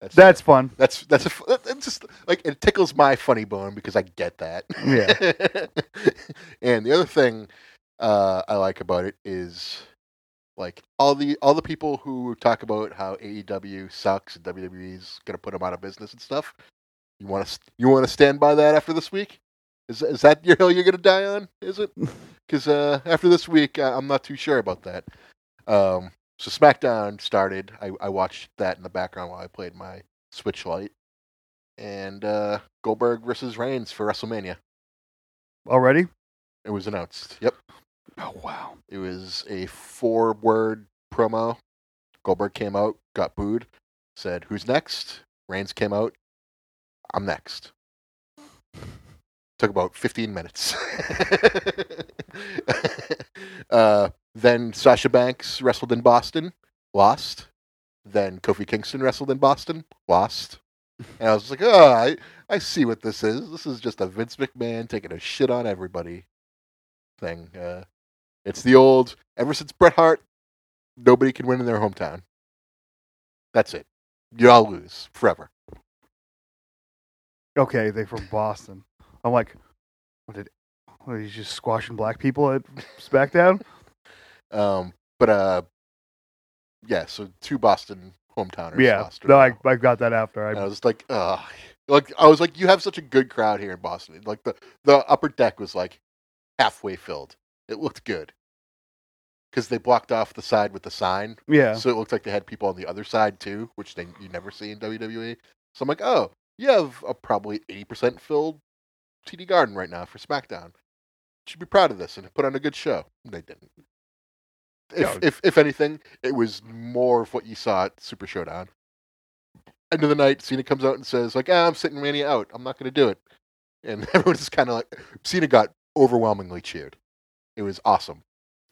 Speaker 1: That's
Speaker 2: That's fun.
Speaker 1: that's that's a f- that- that's just like it tickles my funny bone because I get that. Yeah. and the other thing uh, I like about it is like all the all the people who talk about how AEW sucks and WWE's gonna put them out of business and stuff. You want to you want to stand by that after this week? Is is that your hill you're gonna die on? Is it? Because uh, after this week, uh, I'm not too sure about that. Um, so SmackDown started. I, I watched that in the background while I played my Switch Lite, and uh, Goldberg versus Reigns for WrestleMania.
Speaker 2: Already?
Speaker 1: It was announced. Yep,
Speaker 2: Oh wow.
Speaker 1: it was a four-word promo. Goldberg came out, got booed, said, "Who's next?" Reigns came out, "I'm next." Took about 15 minutes. uh, then Sasha Banks wrestled in Boston, lost. Then Kofi Kingston wrestled in Boston, lost. And I was just like, oh, I, I see what this is. This is just a Vince McMahon taking a shit on everybody thing. Uh, it's the old, ever since Bret Hart, nobody can win in their hometown. That's it. Y'all lose forever.
Speaker 2: Okay, they from Boston. I'm like, what did? What, he's just squashing black people at SmackDown.
Speaker 1: Um, but uh, yeah, so two Boston hometowners.
Speaker 2: yeah.
Speaker 1: lost
Speaker 2: No, I
Speaker 1: now.
Speaker 2: I got that after. I
Speaker 1: And I was like, ugh. Like I was like, you have such a good crowd here in Boston. Like the the upper deck was like halfway filled. It looked good because they blocked off the side with the sign,
Speaker 2: yeah.
Speaker 1: so it looked like they had people on the other side too, which they you never see in WWE. So I'm like, oh, you have a probably eighty percent filled TD Garden right now for SmackDown. Should be proud of this and put on a good show. They didn't. If,
Speaker 2: No.
Speaker 1: if if anything, it was more of what you saw at Super Showdown. End of the night, Cena comes out and says, like, ah, I'm sitting Mania out. I'm not going to do it. And everyone's just kind of like, Cena got overwhelmingly cheered. It was awesome.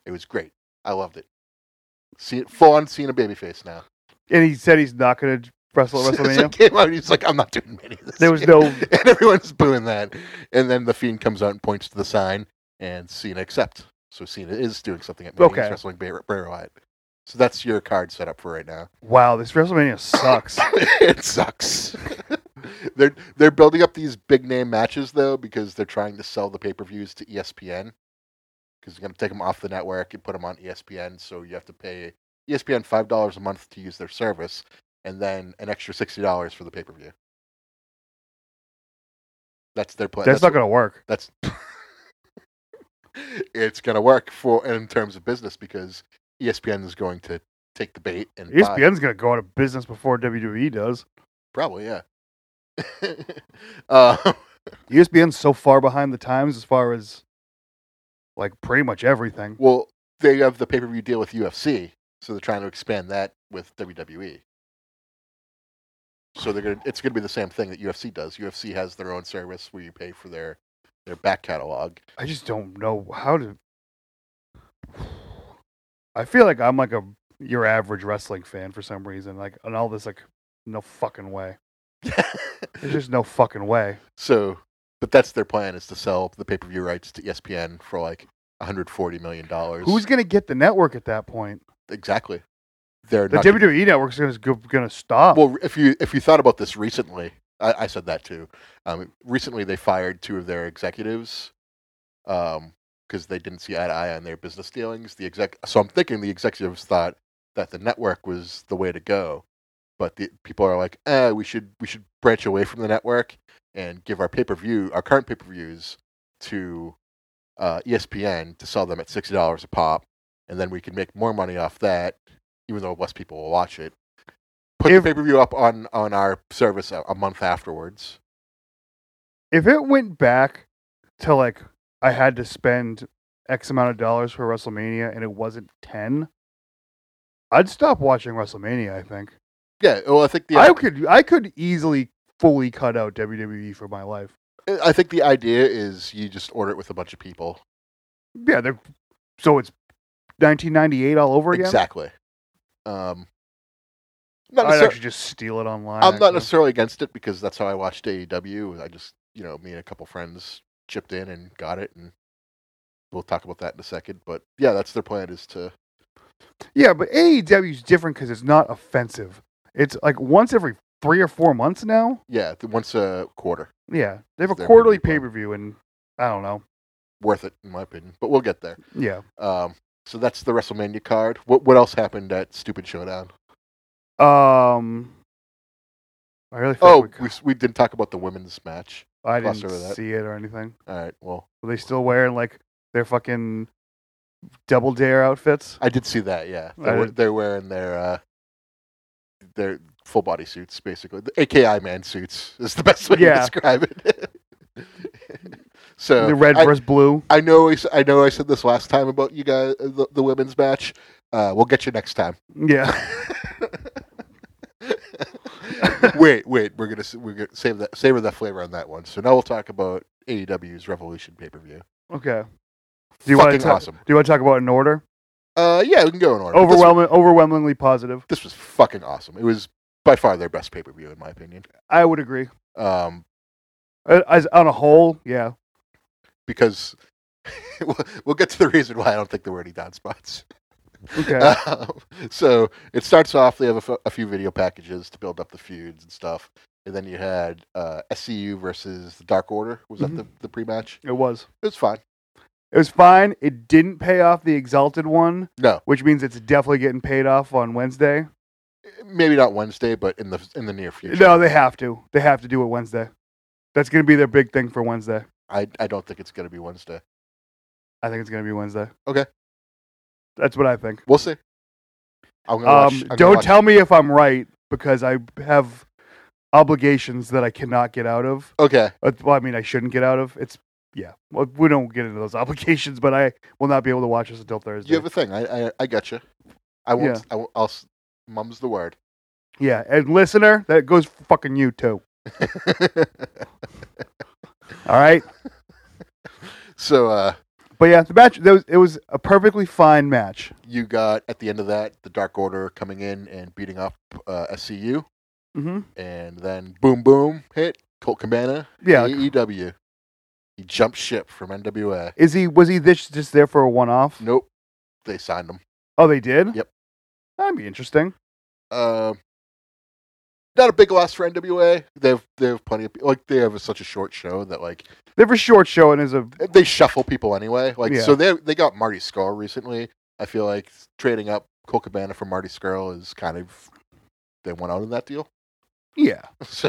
Speaker 1: It was great. I loved it. Cena, full on Cena babyface now.
Speaker 2: And he said he's not going to wrestle at
Speaker 1: So he
Speaker 2: WrestleMania.
Speaker 1: came out, he's like, I'm not doing Mania. This
Speaker 2: There was
Speaker 1: year."
Speaker 2: no.
Speaker 1: and everyone's booing that. And then the fiend comes out and points to the sign, and Cena accepts. So Cena is doing something at Mania.
Speaker 2: Okay.
Speaker 1: He's wrestling Bray, Bray Wyatt. So that's your card set up for right now.
Speaker 2: Wow, this WrestleMania sucks.
Speaker 1: it sucks. They're they're building up these big name matches though because they're trying to sell the pay per views to E ESPN because they're going to take them off the network and put them on E ESPN. So you have to pay E ESPN five dollars a month to use their service, and then an extra sixty dollars for the pay per view. That's their plan.
Speaker 2: That's, not going to work.
Speaker 1: That's it's going to work for in terms of business because E ESPN is going to take the bait and buy.
Speaker 2: ESPN's going to go out of business before WWE does.
Speaker 1: Probably, yeah. uh,
Speaker 2: ESPN's so far behind the times as far as like pretty much everything.
Speaker 1: well, they have the pay per view deal with UFC, so they're trying to expand that with WWE. So they're gonna, it's going to be the same thing that UFC does. UFC has their own service where you pay for their their back catalog.
Speaker 2: I just don't know how to. I feel like I'm like a your average wrestling fan for some reason. Like and all this like no fucking way. There's just no fucking way.
Speaker 1: so, but that's their plan is to sell the pay per view rights to E ESPN for like 140 million dollars.
Speaker 2: Who's gonna get the network at that point?
Speaker 1: exactly? They're
Speaker 2: The
Speaker 1: not
Speaker 2: WWE network's gonna go- gonna stop.
Speaker 1: Well, if you if you thought about this recently, I, I said that too. Um, recently, they fired two of their executives because they didn't see eye to eye on their business dealings. The exec, so I'm thinking the executives thought that the network was the way to go, but the people are like, eh, we should we should branch away from the network and give our pay per view, our current pay per views, to uh, ESPN to sell them at sixty dollars a pop, and then we can make more money off that, even though less people will watch it. Put
Speaker 2: If-
Speaker 1: the pay per view up on on our service a, a month afterwards.
Speaker 2: if it went back to like I had to spend X amount of dollars for WrestleMania and it wasn't ten, I'd stop watching WrestleMania. I think
Speaker 1: Yeah, well, I think the
Speaker 2: I could I could easily fully cut out WWE for my life.
Speaker 1: I think the idea is you just order it with a bunch of people.
Speaker 2: Yeah, they're, so it's 1998 all over again.
Speaker 1: Exactly. Um, not
Speaker 2: I'd
Speaker 1: necessar-
Speaker 2: actually just steal it online.
Speaker 1: I'm not
Speaker 2: actually.
Speaker 1: necessarily against it because that's how I watched AEW. I just, you know, me and a couple friends chipped in and got it, and we'll talk about that in a second. But yeah, that's their plan is to
Speaker 2: Yeah, but AEW is different because it's not offensive. It's like once every three or four months now.
Speaker 1: yeah th- once a quarter
Speaker 2: Yeah, they have a
Speaker 1: Their
Speaker 2: quarterly pay
Speaker 1: pay-per-view plan.
Speaker 2: per view, and I don't know.
Speaker 1: worth it in my opinion. But we'll get there.
Speaker 2: Yeah.
Speaker 1: Um, so that's the WrestleMania card. What what else happened at Stupid Showdown?
Speaker 2: Um, I really. feel
Speaker 1: Oh,
Speaker 2: like we-
Speaker 1: we s- we didn't talk about the women's match.
Speaker 2: I
Speaker 1: glossed
Speaker 2: didn't
Speaker 1: over that.
Speaker 2: see it or anything.
Speaker 1: All right, well,
Speaker 2: Were they still wearing like their fucking double dare outfits?
Speaker 1: I did see that. Yeah,
Speaker 2: I
Speaker 1: they're, we-
Speaker 2: did.
Speaker 1: they're wearing their uh, their full body suits, basically. The AKI man suits is the best way
Speaker 2: Yeah.
Speaker 1: to describe it. so
Speaker 2: the red
Speaker 1: I,
Speaker 2: versus blue.
Speaker 1: I know. I, s- I know. I said this last time about you guys, uh, the, the women's match. Uh, we'll get you next time.
Speaker 2: Yeah.
Speaker 1: wait, wait. We're gonna s- we're gonna save that savor that flavor on that one. So now we'll talk about AEW's Revolution pay per view.
Speaker 2: Okay. Do you want to
Speaker 1: Fucking
Speaker 2: talk?
Speaker 1: awesome.
Speaker 2: Do you want to talk about it in order?
Speaker 1: Uh, yeah, we can go in order. This
Speaker 2: Overwhelming, overwhelmingly positive.
Speaker 1: this was fucking awesome. It was by far their best pay per view in my opinion.
Speaker 2: I would agree.
Speaker 1: Um,
Speaker 2: Uh, As on a whole, yeah.
Speaker 1: because we'll, we'll get to the reason why I don't think there were any down spots.
Speaker 2: Okay.
Speaker 1: Um, so it starts off. They have a, f- a few video packages to build up the feuds and stuff, and then you had uh, SCU versus the Dark Order. Was that
Speaker 2: Mhm.
Speaker 1: the, the pre match?
Speaker 2: it was.
Speaker 1: It was fine.
Speaker 2: It was fine. It didn't pay off the exalted one,
Speaker 1: No,
Speaker 2: which means it's definitely getting paid off on Wednesday.
Speaker 1: maybe not Wednesday, but in the in the near future.
Speaker 2: No, they have to. They have to do it Wednesday. That's going to be their big thing for Wednesday.
Speaker 1: I I don't think it's gonna be Wednesday.
Speaker 2: I think it's going to be Wednesday.
Speaker 1: Okay.
Speaker 2: That's what I think.
Speaker 1: We'll see. I'm gonna watch,
Speaker 2: Um,
Speaker 1: I'm gonna
Speaker 2: don't
Speaker 1: watch-
Speaker 2: tell me if I'm right because I have obligations that I cannot get out of.
Speaker 1: Okay,
Speaker 2: Uh, Well, I mean, I shouldn't get out of. It's yeah. Well, we don't get into those obligations, but I will not be able to watch this until Thursday.
Speaker 1: you have a thing. I I, I got you. I won't.
Speaker 2: Yeah.
Speaker 1: I won't I'll s- mum's the word.
Speaker 2: yeah, and listener, that goes for fucking you too. All right,
Speaker 1: so uh,
Speaker 2: but yeah, the match. That was, it was a perfectly fine match.
Speaker 1: you got at the end of that the Dark Order coming in and beating up uh, SCU,
Speaker 2: Mm-hmm.
Speaker 1: and then boom boom hit Colt Cabana
Speaker 2: Yeah. like,
Speaker 1: AEW. He jumped ship from NWA.
Speaker 2: Is he was he this just there for a one off?
Speaker 1: Nope, they signed him.
Speaker 2: Oh, they did.
Speaker 1: Yep.
Speaker 2: That'd be interesting.
Speaker 1: Uh, Um, not a big loss for NWA. They've they have plenty of pe- like they have such a short show that like
Speaker 2: They have a short show and is a
Speaker 1: they shuffle people anyway. Like
Speaker 2: Yeah.
Speaker 1: so they they got Marty Skrull recently. I feel like trading up Cole Cabana for Marty Skrull is kind of they went out in that deal.
Speaker 2: yeah.
Speaker 1: So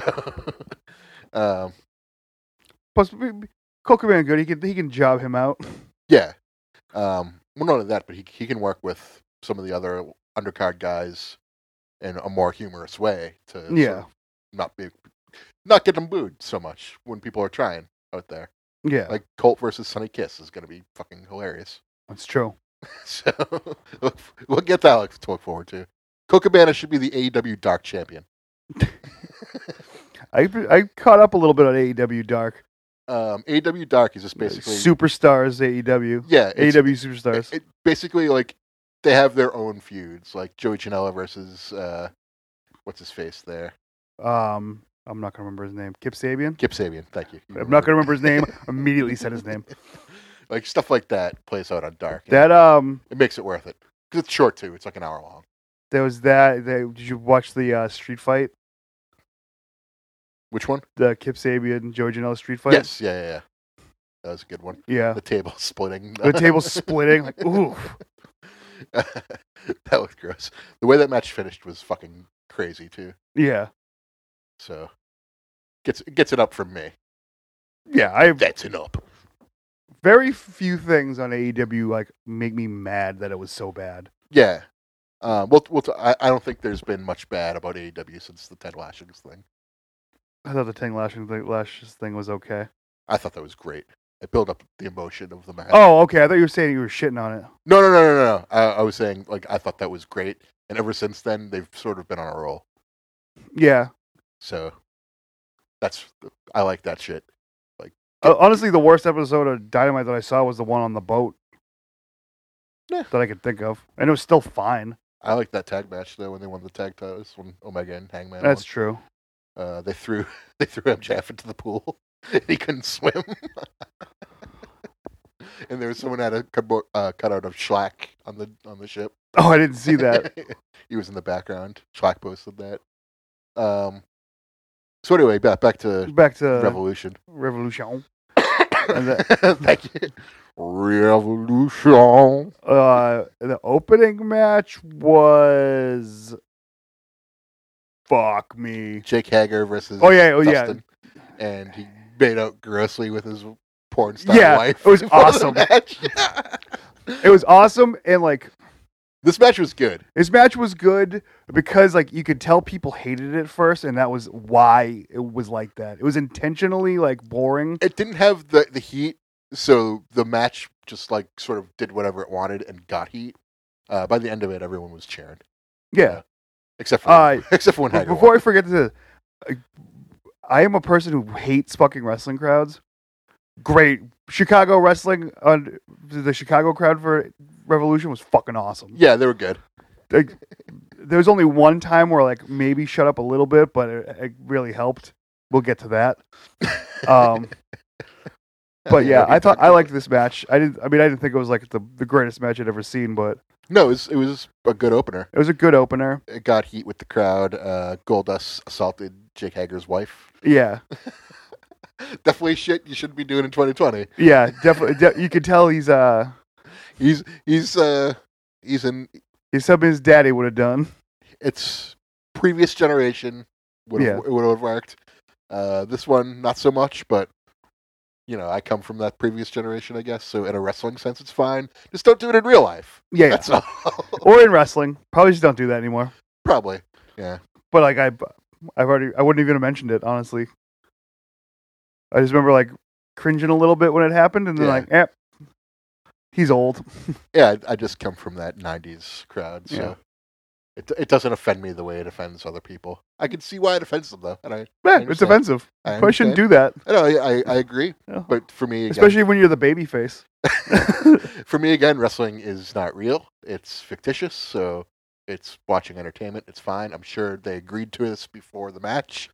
Speaker 1: um,
Speaker 2: Plus, Cokerman good. He can he can job him out.
Speaker 1: yeah, um, well not only that, but he he can work with some of the other undercard guys in a more humorous way to sort
Speaker 2: Yeah.
Speaker 1: of not be not get them booed so much when people are trying out there.
Speaker 2: Yeah,
Speaker 1: Like Colt versus Sunny Kiss is going to be fucking hilarious.
Speaker 2: that's true.
Speaker 1: So we'll- we'll get that like, to look forward to. Cocabana should be the AEW Dark Champion.
Speaker 2: I I caught up a little bit on AEW Dark.
Speaker 1: Um, AEW Dark is just basically
Speaker 2: superstars E AEW.
Speaker 1: yeah it's-
Speaker 2: AEW E superstars.
Speaker 1: it- basically, like they have their own feuds, like Joey Janela versus uh, what's his face there,
Speaker 2: um, I'm not gonna remember his name. Kip Sabian.
Speaker 1: Kip Sabian. Thank you.
Speaker 2: I'm not gonna remember his name. Immediately said his name.
Speaker 1: like stuff like that plays out on Dark. and
Speaker 2: That um,
Speaker 1: it makes it worth it because it's short too. It's like an hour long.
Speaker 2: there was that. that did you watch the uh, street fight?
Speaker 1: Which one?
Speaker 2: The Kip Sabian and Joey Janela street fight.
Speaker 1: yes. Yeah, yeah, yeah. That was a good one.
Speaker 2: Yeah.
Speaker 1: The table splitting.
Speaker 2: The table splitting. Like ooh.
Speaker 1: that looked gross. The way that match finished was fucking crazy too.
Speaker 2: Yeah.
Speaker 1: So gets gets it up from me.
Speaker 2: Yeah. I have
Speaker 1: That's an up.
Speaker 2: very few things on AEW like make me mad that it was so bad.
Speaker 1: Yeah. Um, we'll, we'll t- I, I don't think there's been much bad about AEW since the Ted Lashings thing.
Speaker 2: I thought the Tang Lashing thing, Lashes thing was okay.
Speaker 1: I thought that was great. It built up the emotion of the match.
Speaker 2: Oh, okay. I thought you were saying you were shitting on it.
Speaker 1: No, no, no, no, no. I, I was saying like I thought that was great, and ever since then they've sort of been on a roll.
Speaker 2: Yeah.
Speaker 1: So that's I like that shit.
Speaker 2: Uh, honestly, the worst episode of Dynamite that I saw was the one on the boat
Speaker 1: Yeah.
Speaker 2: that I could think of, and it was still fine.
Speaker 1: I like that tag match though when they won the tag titles when Omega and Hangman. won.
Speaker 2: That's true.
Speaker 1: Uh, they threw they threw MJF into the pool. he couldn't swim. and there was someone had a cutbo- uh, cutout of Schlack on the on the ship.
Speaker 2: Oh, I didn't see that.
Speaker 1: he was in the background. Schlack posted that. Um. So anyway, back back to
Speaker 2: Back to
Speaker 1: Revolution.
Speaker 2: Revolution.
Speaker 1: Thank you. Revolution.
Speaker 2: Uh, the opening match was fuck me.
Speaker 1: Jake Hager versus
Speaker 2: Oh yeah, oh yeah.
Speaker 1: Dustin, and he made out grossly with his porn star
Speaker 2: Yeah,
Speaker 1: wife.
Speaker 2: it was
Speaker 1: before the
Speaker 2: awesome.
Speaker 1: match.
Speaker 2: It was awesome, and like
Speaker 1: This match was good.
Speaker 2: This match was good because like you could tell people hated it at first, and that was why it was like that. It was intentionally like boring.
Speaker 1: It didn't have the, the heat, so the match just like sort of did whatever it wanted and got heat. Uh, by the end of it, everyone was cheering,
Speaker 2: Yeah.
Speaker 1: except for
Speaker 2: Uh,
Speaker 1: except for when Hager.
Speaker 2: Before
Speaker 1: won.
Speaker 2: I forget this, I, I am a person who hates fucking wrestling crowds. Great Chicago wrestling on the Chicago crowd for Revolution was fucking awesome.
Speaker 1: yeah, they were good.
Speaker 2: Like, there was only one time where like maybe shut up a little bit, but it, it really helped. We'll get to that. Um, but yeah, I thought I liked this match. I didn't. I mean, I didn't think it was like the, the greatest match I'd ever seen, but
Speaker 1: No, it was, it was a good opener.
Speaker 2: it was a good opener.
Speaker 1: It got heat with the crowd. Uh, Goldust assaulted Jake Hager's wife.
Speaker 2: Yeah,
Speaker 1: Definitely shit you shouldn't be doing in 2020.
Speaker 2: yeah, definitely. De- you could tell he's uh
Speaker 1: He's he's uh he's in
Speaker 2: he's something his daddy would have done.
Speaker 1: it's previous generation would
Speaker 2: Yeah.
Speaker 1: have it would have worked. Uh, this one not so much, but you know I come from that previous generation, I guess. So in a wrestling sense, it's fine. Just don't do it in real life.
Speaker 2: Yeah, yeah.
Speaker 1: That's all.
Speaker 2: or in wrestling, probably just don't do that anymore.
Speaker 1: Probably.
Speaker 2: But like I, I've already I wouldn't even have mentioned it honestly. I just remember like cringing a little bit when it happened, and then
Speaker 1: Yeah.
Speaker 2: like, eh, he's old.
Speaker 1: Yeah, I, I just come from that '90s crowd, so
Speaker 2: Yeah.
Speaker 1: it it doesn't offend me the way it offends other people. I can see why it offends them though, and I
Speaker 2: Yeah, Eh, it's
Speaker 1: understand.
Speaker 2: offensive.
Speaker 1: I,
Speaker 2: Probably shouldn't
Speaker 1: understand.
Speaker 2: do that,
Speaker 1: I know, I, I- I agree,
Speaker 2: Yeah.
Speaker 1: but for me, again,
Speaker 2: especially when you're the baby face.
Speaker 1: for me again wrestling is not real it's fictitious so it's watching entertainment it's fine i'm sure they agreed to this before the match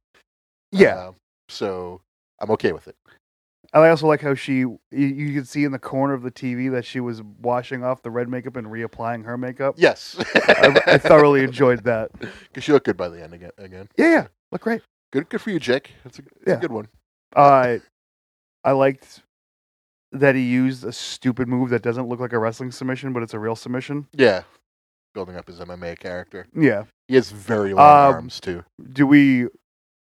Speaker 2: Yeah,
Speaker 1: Um, so i'm okay with it
Speaker 2: And I also like how she, you, you could see in the corner of the TV that she was washing off the red makeup and reapplying her makeup.
Speaker 1: yes
Speaker 2: I, I thoroughly enjoyed that.
Speaker 1: because she looked good by the end again, again
Speaker 2: Yeah, yeah. look great.
Speaker 1: Good, good for you, Jake. That's a, that's
Speaker 2: Yeah.
Speaker 1: a good one.
Speaker 2: Uh, I liked that he used a stupid move that doesn't look like a wrestling submission, but it's a real submission.
Speaker 1: Yeah, building up his MMA character.
Speaker 2: Yeah.
Speaker 1: He has very long
Speaker 2: Um,
Speaker 1: arms too.
Speaker 2: Do we?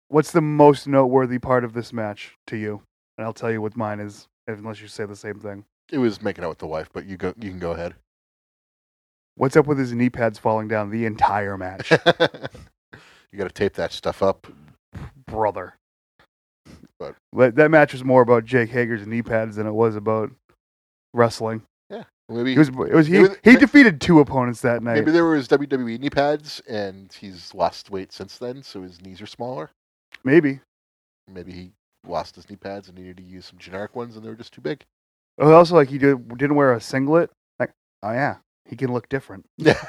Speaker 2: What's the most noteworthy part of this match to you? And I'll tell you what mine is, unless you say the same thing.
Speaker 1: It was making out with the wife, but you go. You can go ahead.
Speaker 2: What's up with his knee pads falling down the entire match,
Speaker 1: you got to tape that stuff up.
Speaker 2: brother?
Speaker 1: But-
Speaker 2: But that match was more about Jake Hager's knee pads than it was about wrestling.
Speaker 1: Maybe
Speaker 2: He was, it was he,
Speaker 1: It was-
Speaker 2: he defeated two opponents that night.
Speaker 1: maybe there was WWE knee pads, and he's lost weight since then, so his knees are smaller.
Speaker 2: Maybe.
Speaker 1: Maybe he lost his knee pads and needed to use some generic ones, and they were just too big.
Speaker 2: It was also like Oh, he did, didn't wear a singlet. Like, oh yeah, he can look different.
Speaker 1: Yeah.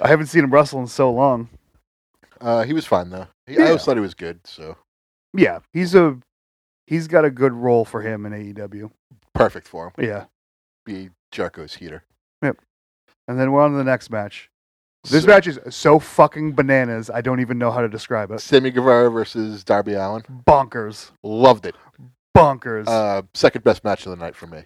Speaker 2: I haven't seen him wrestle in so long.
Speaker 1: uh, he was fine though. He, I always
Speaker 2: Yeah.
Speaker 1: thought he was good. So
Speaker 2: Yeah, he's a he's got a good role for him in AEW.
Speaker 1: perfect for him.
Speaker 2: Yeah,
Speaker 1: Be Jarko's heater.
Speaker 2: and then we're on to the next match. This
Speaker 1: So-
Speaker 2: match is so fucking bananas. I don't even know how to describe it.
Speaker 1: uh, Sammy Guevara versus Darby Allen.
Speaker 2: Bonkers,
Speaker 1: Loved it.
Speaker 2: bonkers.
Speaker 1: Uh, second best match of the night for me.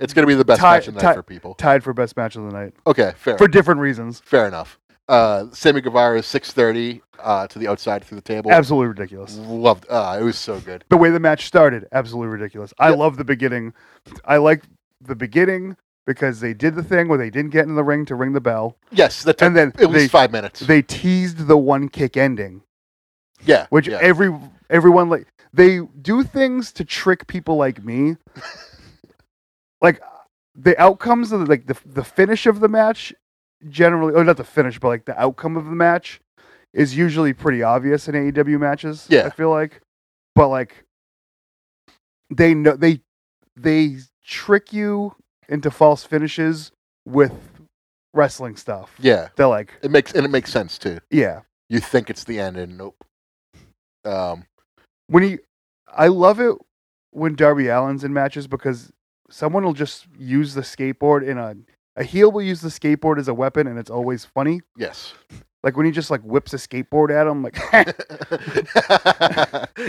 Speaker 1: It's going to be the best
Speaker 2: Tie-
Speaker 1: match of the night
Speaker 2: tie-
Speaker 1: for people.
Speaker 2: tied for best match of the night
Speaker 1: Okay, fair.
Speaker 2: for different reasons.
Speaker 1: fair enough. Uh, Sammy Guevara is 630 uh, to the outside through the table.
Speaker 2: Absolutely ridiculous.
Speaker 1: Loved uh, It was so good.
Speaker 2: the way the match started absolutely ridiculous i
Speaker 1: Yep.
Speaker 2: love the beginning i like the beginning because they did the thing where they didn't get in the ring to ring the bell
Speaker 1: Yes, that took
Speaker 2: and then
Speaker 1: at
Speaker 2: they,
Speaker 1: least five minutes.
Speaker 2: they teased the one kick ending
Speaker 1: yeah.
Speaker 2: which
Speaker 1: yeah.
Speaker 2: every everyone like they do things to trick people like me like the outcomes of the, like the, the finish of the match generally or not the finish but like the outcome of the match is usually pretty obvious in AEW matches
Speaker 1: Yeah.
Speaker 2: I feel like but like they know they they trick you into false finishes with wrestling stuff
Speaker 1: yeah.
Speaker 2: they're like
Speaker 1: It makes and it makes sense too.
Speaker 2: yeah
Speaker 1: You think it's the end, and nope. Um,
Speaker 2: when he I love it when Darby Allen's in matches because someone will just use the skateboard in a a heel will use the skateboard as a weapon and it's always funny.
Speaker 1: yes.
Speaker 2: Like when he just like whips a skateboard at him like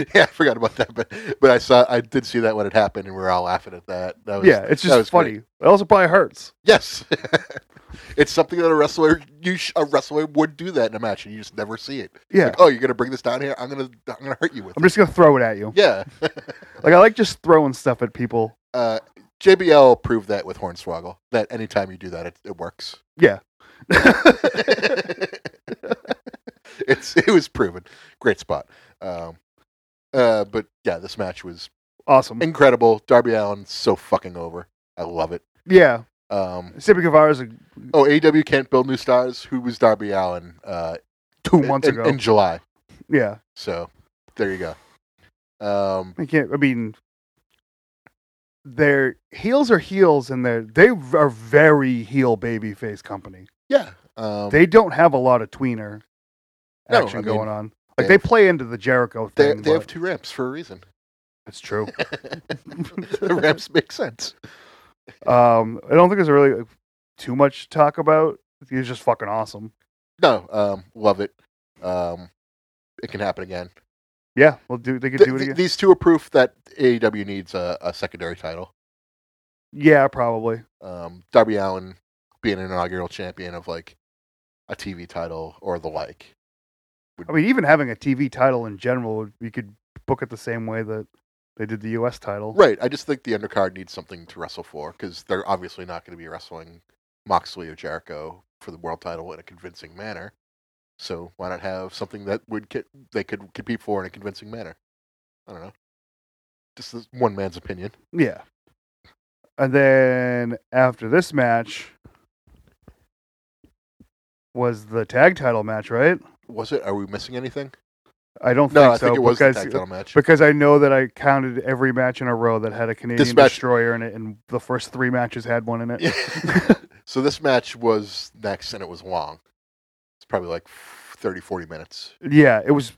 Speaker 1: yeah, I forgot about that, but but I saw I did see that when it happened, and we were all laughing at that. That was
Speaker 2: yeah, it's
Speaker 1: that
Speaker 2: just
Speaker 1: was great.
Speaker 2: funny. It also probably hurts.
Speaker 1: Yes, it's something that a wrestler you sh- a wrestler would do that in a match, and you just never see it.
Speaker 2: Yeah.
Speaker 1: Like, oh, you're gonna bring this down here. I'm gonna I'm gonna hurt you with
Speaker 2: I'm
Speaker 1: it.
Speaker 2: just going to throw it at you.
Speaker 1: Yeah.
Speaker 2: Like I like just throwing stuff at people.
Speaker 1: uh, JBL proved that with Hornswoggle. That anytime you do that, it, it works.
Speaker 2: Yeah.
Speaker 1: it's it was proven. Great spot. Um, uh, but yeah, this match was
Speaker 2: Awesome.
Speaker 1: incredible. Darby Allen so fucking over. I love it.
Speaker 2: yeah.
Speaker 1: Um,
Speaker 2: Sammy Guevara's like
Speaker 1: oh, AEW can't build new stars. Who was Darby Allen? Uh,
Speaker 2: 2 months
Speaker 1: in,
Speaker 2: ago.
Speaker 1: in July.
Speaker 2: yeah.
Speaker 1: So there you go. Um,
Speaker 2: I can't I mean their heels are heels and they're they are very heel baby face company.
Speaker 1: yeah. Um,
Speaker 2: they don't have a lot of tweener
Speaker 1: No,
Speaker 2: action
Speaker 1: I mean,
Speaker 2: going on. Like
Speaker 1: they-
Speaker 2: they play into the Jericho
Speaker 1: they,
Speaker 2: thing.
Speaker 1: they have
Speaker 2: but-
Speaker 1: two ramps for a reason.
Speaker 2: it's true.
Speaker 1: the ramps make sense.
Speaker 2: Um, I don't think there's really like, too much to talk about. He's just fucking awesome.
Speaker 1: No, um, love it. Um, it can happen again.
Speaker 2: Yeah, well, do they could
Speaker 1: Th-
Speaker 2: do it
Speaker 1: th-
Speaker 2: again?
Speaker 1: these two are proof that AEW needs a, a secondary title.
Speaker 2: yeah, probably.
Speaker 1: Um, Darby Allen being an inaugural champion of like a TV title or the like.
Speaker 2: I mean, even having a TV title in general, you could book it the same way that they did the U.S. title.
Speaker 1: Right. I just think the undercard needs something to wrestle for because they're obviously not going to be wrestling Moxley or Jericho for the world title in a convincing manner. So why not have something that would get, they could compete for in a convincing manner? I don't know. Just this one man's opinion.
Speaker 2: Yeah. And then after this match was the tag title match, right?
Speaker 1: Was it? Are we missing anything?
Speaker 2: I don't
Speaker 1: No,
Speaker 2: think
Speaker 1: I
Speaker 2: so
Speaker 1: think it was the
Speaker 2: because
Speaker 1: tag title match.
Speaker 2: Because I know that I counted every match in a row that had a Canadian
Speaker 1: match-
Speaker 2: destroyer in it, and the first three matches had one in it.
Speaker 1: so this match was next, and it was long. It's probably like 30, 40 minutes.
Speaker 2: yeah, it was.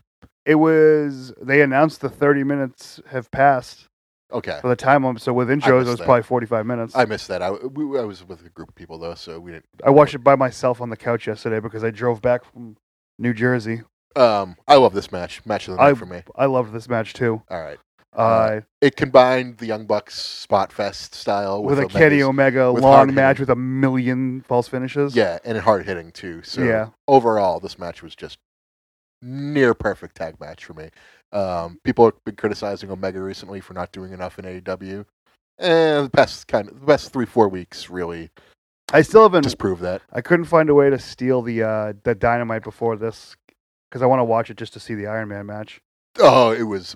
Speaker 2: It was. They announced the thirty minutes have passed
Speaker 1: Okay,
Speaker 2: by the time. I'm, so with intros, it
Speaker 1: missed
Speaker 2: was
Speaker 1: that.
Speaker 2: probably forty-five minutes.
Speaker 1: I
Speaker 2: I,
Speaker 1: missed that. I, we, I was with a group of people though, so we didn't.
Speaker 2: watched it by myself on the couch yesterday because I drove back from New Jersey.
Speaker 1: Um, I love this match. Match of the night
Speaker 2: I-
Speaker 1: for me.
Speaker 2: I loved this match too.
Speaker 1: All right.
Speaker 2: Uh,
Speaker 1: It combined the Young Bucks spot fest style
Speaker 2: with,
Speaker 1: with,
Speaker 2: a Kenny
Speaker 1: Omega's-
Speaker 2: Omega
Speaker 1: with
Speaker 2: long
Speaker 1: hard
Speaker 2: match with a million false finishes.
Speaker 1: Yeah, and hard hitting too. So
Speaker 2: Yeah.
Speaker 1: overall, this match was just near perfect tag match for me. Um, people have been criticizing Omega recently for not doing enough in AEW. And the past kind of the best three four weeks really
Speaker 2: I still haven't.
Speaker 1: disprove that.
Speaker 2: I couldn't find a way to steal the uh, the dynamite before this because I want to watch it just to see the Iron Man match.
Speaker 1: Oh, it was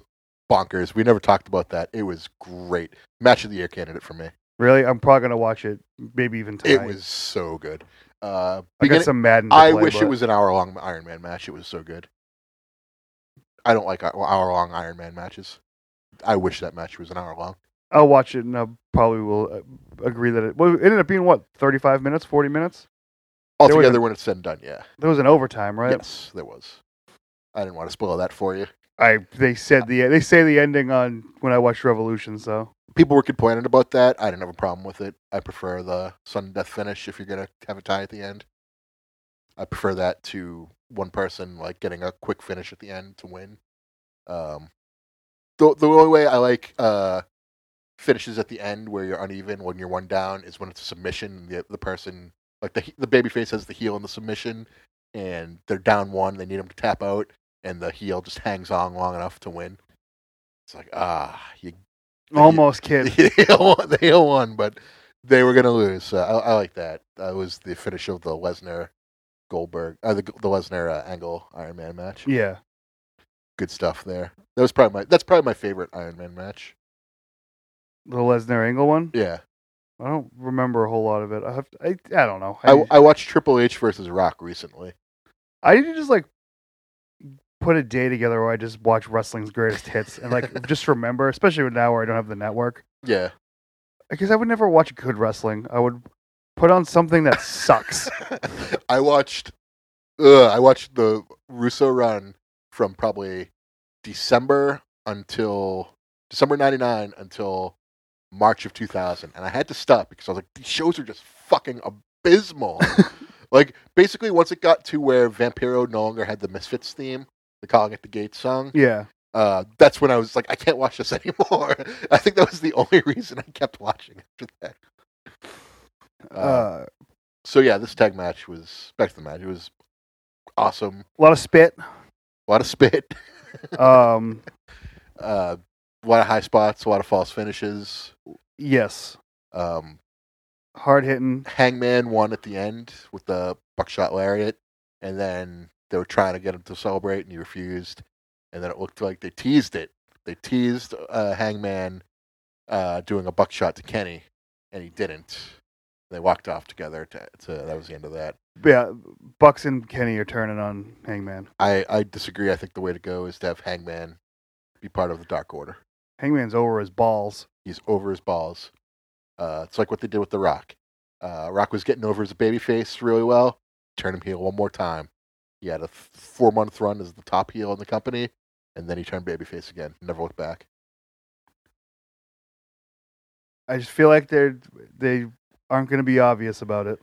Speaker 1: bonkers. We never talked about that. It was great. Match of the year candidate for me.
Speaker 2: Really, I'm probably gonna watch it, maybe even tonight.
Speaker 1: It was so good. Uh,
Speaker 2: I got
Speaker 1: beginning-
Speaker 2: some Madden. to
Speaker 1: I
Speaker 2: play,
Speaker 1: wish it
Speaker 2: but-
Speaker 1: was an hour long Iron Man match. It was so good. I don't like uh, hour long Iron Man matches. I wish that match was an hour long.
Speaker 2: I'll watch it, and I probably will uh, agree that it. Well, it ended up being what 35 minutes, 40 minutes. was
Speaker 1: Altogether, when it's said and done, yeah.
Speaker 2: There was an overtime, right?
Speaker 1: Yes, there was. I didn't want to spoil that for you.
Speaker 2: I they said the they say the ending on when I watched Revolution. So
Speaker 1: People were complaining about that. I didn't have a problem with it. I prefer the sudden death finish if you're going to have a tie at the end. I prefer that to one person like getting a quick finish at the end to win. Um, the the only way I like uh, finishes at the end where you're uneven when you're one down is when it's a submission. The the person like the he- the baby face has the heel in the submission, and they're down one. They need him to tap out, and the heel just hangs on long enough to win. It's like ah, you
Speaker 2: almost kid.
Speaker 1: they all won, they all won, but they were gonna lose. So I, I like that. That was the finish of the Lesnar Goldberg, uh, the, the Lesnar uh, Angle Iron Man match.
Speaker 2: Yeah,
Speaker 1: Good stuff there. That was probably my that's probably my favorite Iron Man match.
Speaker 2: the Lesnar Angle one.
Speaker 1: Yeah,
Speaker 2: I don't remember a whole lot of it. I have to, I, I don't know.
Speaker 1: I, I watched Triple H versus Rock recently.
Speaker 2: I need to just like put a day together where I just watch wrestling's greatest hits and like just remember, especially now where I don't have the network.
Speaker 1: Yeah,
Speaker 2: I guess I would never watch good wrestling. I would put on something that sucks.
Speaker 1: I watched. Ugh, I watched the Russo run from probably December until December '99 until March of 2000, and I had to stop because I was like, these shows are just fucking abysmal. like basically, once it got to where Vampiro no longer had the Misfits theme, the Calling at the Gate song,
Speaker 2: yeah.
Speaker 1: uh, that's when I was like, I can't watch this anymore. I think that was the only reason I kept watching after that.
Speaker 2: Uh,
Speaker 1: So yeah, this tag match was back to the match. It was awesome.
Speaker 2: a lot of spit.
Speaker 1: A lot of spit,
Speaker 2: Um
Speaker 1: uh, a lot of high spots, a lot of false finishes.
Speaker 2: yes.
Speaker 1: Um,
Speaker 2: Hard hitting.
Speaker 1: Hangman won at the end with the buckshot lariat, and then they were trying to get him to celebrate, and he refused. And then it looked like they teased it. They teased uh, Hangman uh, doing a buckshot to Kenny, and he didn't. They walked off together. To, to that was the end of that.
Speaker 2: Yeah. Bucks and Kenny are turning on Hangman.
Speaker 1: I, I disagree. I think the way to go is to have Hangman be part of the Dark Order.
Speaker 2: Hangman's over his balls.
Speaker 1: He's over his balls. Uh, it's like what they did with The Rock. Uh, Rock was getting over his babyface really well. Turn him heel one more time. He had a four month run as the top heel in the company, and then he turned babyface again. Never looked back.
Speaker 2: I just feel like they're they aren't going to be obvious about it.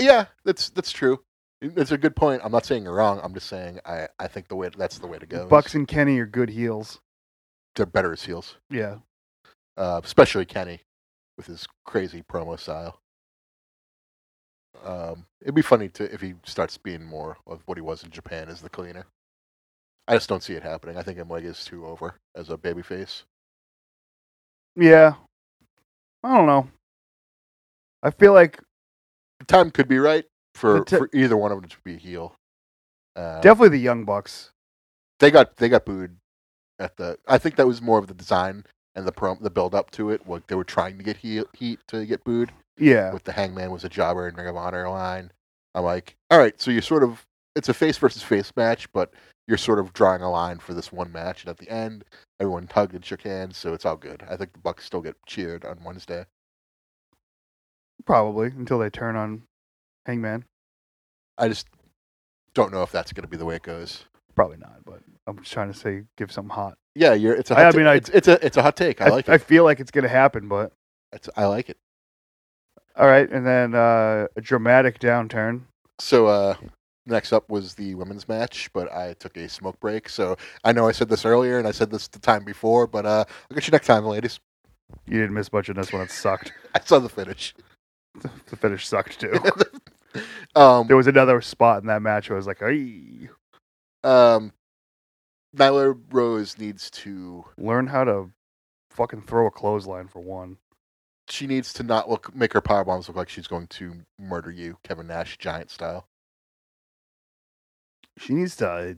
Speaker 1: Yeah, that's that's true. That's a good point. I'm not saying you're wrong. I'm just saying I, I think the way that's the way to go. is
Speaker 2: Bucks and Kenny are good heels.
Speaker 1: they're better as heels,
Speaker 2: Yeah.
Speaker 1: uh, especially Kenny with his crazy promo style. Um, it'd be funny to if he starts being more of what he was in Japan as the cleaner. I just don't see it happening. I think Omega is too over as a babyface.
Speaker 2: Yeah. I don't know. I feel like
Speaker 1: The time could be right for,
Speaker 2: The ti-
Speaker 1: for either one of them to be a heel. Uh,
Speaker 2: definitely the Young Bucks.
Speaker 1: they got they got booed at the. I think that was more of the design and the prom, the build up to it. Like they were trying to get heel, heat to get booed.
Speaker 2: Yeah.
Speaker 1: with the Hangman was a jobber and Ring of Honor line. I'm like, all right, so you're sort of it's a face versus face match, but you're sort of drawing a line for this one match. And at the end, everyone hugged and shook hands, so it's all good. I think the Bucks still get cheered on Wednesday.
Speaker 2: Probably until they turn on Hangman.
Speaker 1: I just don't know if that's going to be the way it goes.
Speaker 2: Probably not, but I'm just trying to say give something hot.
Speaker 1: Yeah, you're. It's a.
Speaker 2: I
Speaker 1: Hot ta-
Speaker 2: mean, I-
Speaker 1: it's, it's a. It's a hot take. I like
Speaker 2: I
Speaker 1: it.
Speaker 2: feel like it's going to happen, but
Speaker 1: It's, I like it.
Speaker 2: all right. And then uh, a dramatic downturn.
Speaker 1: So uh, Next up was the women's match, but I took a smoke break. So I know I said this earlier and I said this the time before, but uh, I'll get you next time, ladies.
Speaker 2: You didn't miss much in this one. It sucked.
Speaker 1: I saw the finish.
Speaker 2: The finish sucked too.
Speaker 1: um,
Speaker 2: There was another spot in that match where I was like, "Hey,
Speaker 1: um, Nyla Rose needs to.
Speaker 2: learn how to fucking throw a clothesline for one."
Speaker 1: She needs to not look make her power bombs look like she's going to murder you, Kevin Nash, giant style.
Speaker 2: She needs to uh,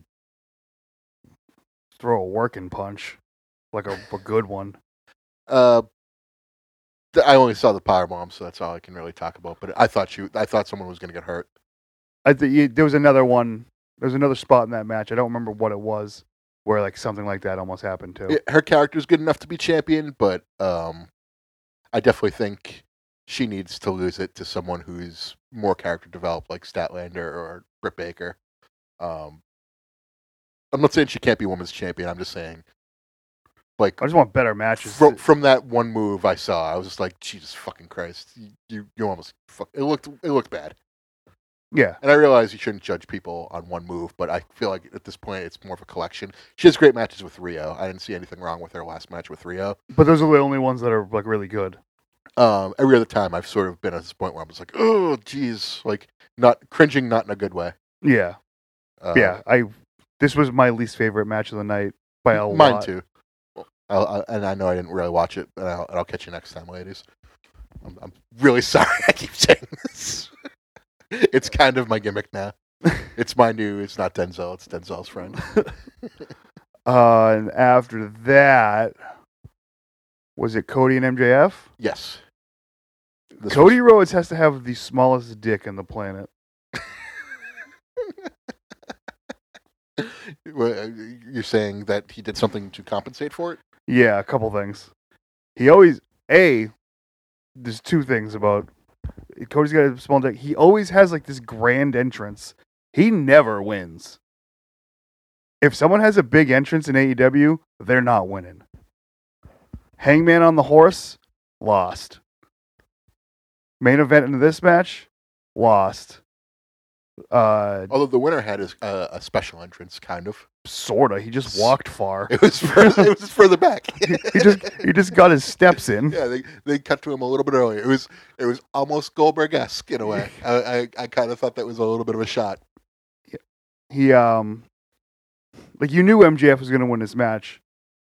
Speaker 2: throw a working punch, like a, a good one.
Speaker 1: Uh, th- I only saw the power bomb, so that's all I can really talk about. But I thought she, I thought someone was going to get hurt.
Speaker 2: I th- you, there was another one. There was another spot in that match. I don't remember what it was, where like something like that almost happened too.
Speaker 1: Yeah, her character's good enough to be champion, but um, I definitely think she needs to lose it to someone who's more character developed, like Statlander or Britt Baker. Um, I'm not saying she can't be women's champion. I'm just saying, like
Speaker 2: I just want better matches.
Speaker 1: from, from that one move I saw, I was just like, Jesus fucking Christ, you you, you almost fuck. It looked it looked bad,
Speaker 2: yeah,
Speaker 1: and I realize you shouldn't judge people on one move, but I feel like at this point it's more of a collection. She has great matches with Rio. I didn't see anything wrong with her last match with Rio.
Speaker 2: but those are the only ones that are like really good.
Speaker 1: um, every other time I've sort of been at this point where I'm just like, oh, geez, like not cringing, not in a good way.
Speaker 2: Yeah,
Speaker 1: Uh,
Speaker 2: yeah. I this was my least favorite match of the night by a
Speaker 1: mine
Speaker 2: lot.
Speaker 1: too. I'll, i and I know I didn't really watch it, but I'll, and I'll catch you next time, ladies. I'm, I'm really sorry I keep saying this. it's kind of my gimmick now. It's my new. It's not Denzel. It's Denzel's friend.
Speaker 2: Uh, and after that, was it Cody and MJF?
Speaker 1: Yes. This
Speaker 2: Cody Rhodes has to have the smallest dick on the planet.
Speaker 1: was- well, uh, You're saying that he did something to compensate for it.
Speaker 2: Yeah, a couple things. He always a. There's two things about Cody's got a small dick. He always has like this grand entrance. He never wins. If someone has a big entrance in AEW, they're not winning. Hangman on the horse lost. Main event in this match lost. Uh,
Speaker 1: Although the winner had his, uh, a special entrance, kind of.
Speaker 2: sorta. He just walked far.
Speaker 1: It was further, it was further back.
Speaker 2: he just he just got his steps in.
Speaker 1: yeah, they, they cut to him a little bit earlier. It was it was almost Goldberg esque in a way. I I, I kind of thought that was a little bit of a shot.
Speaker 2: he um like you knew MJF was going to win this match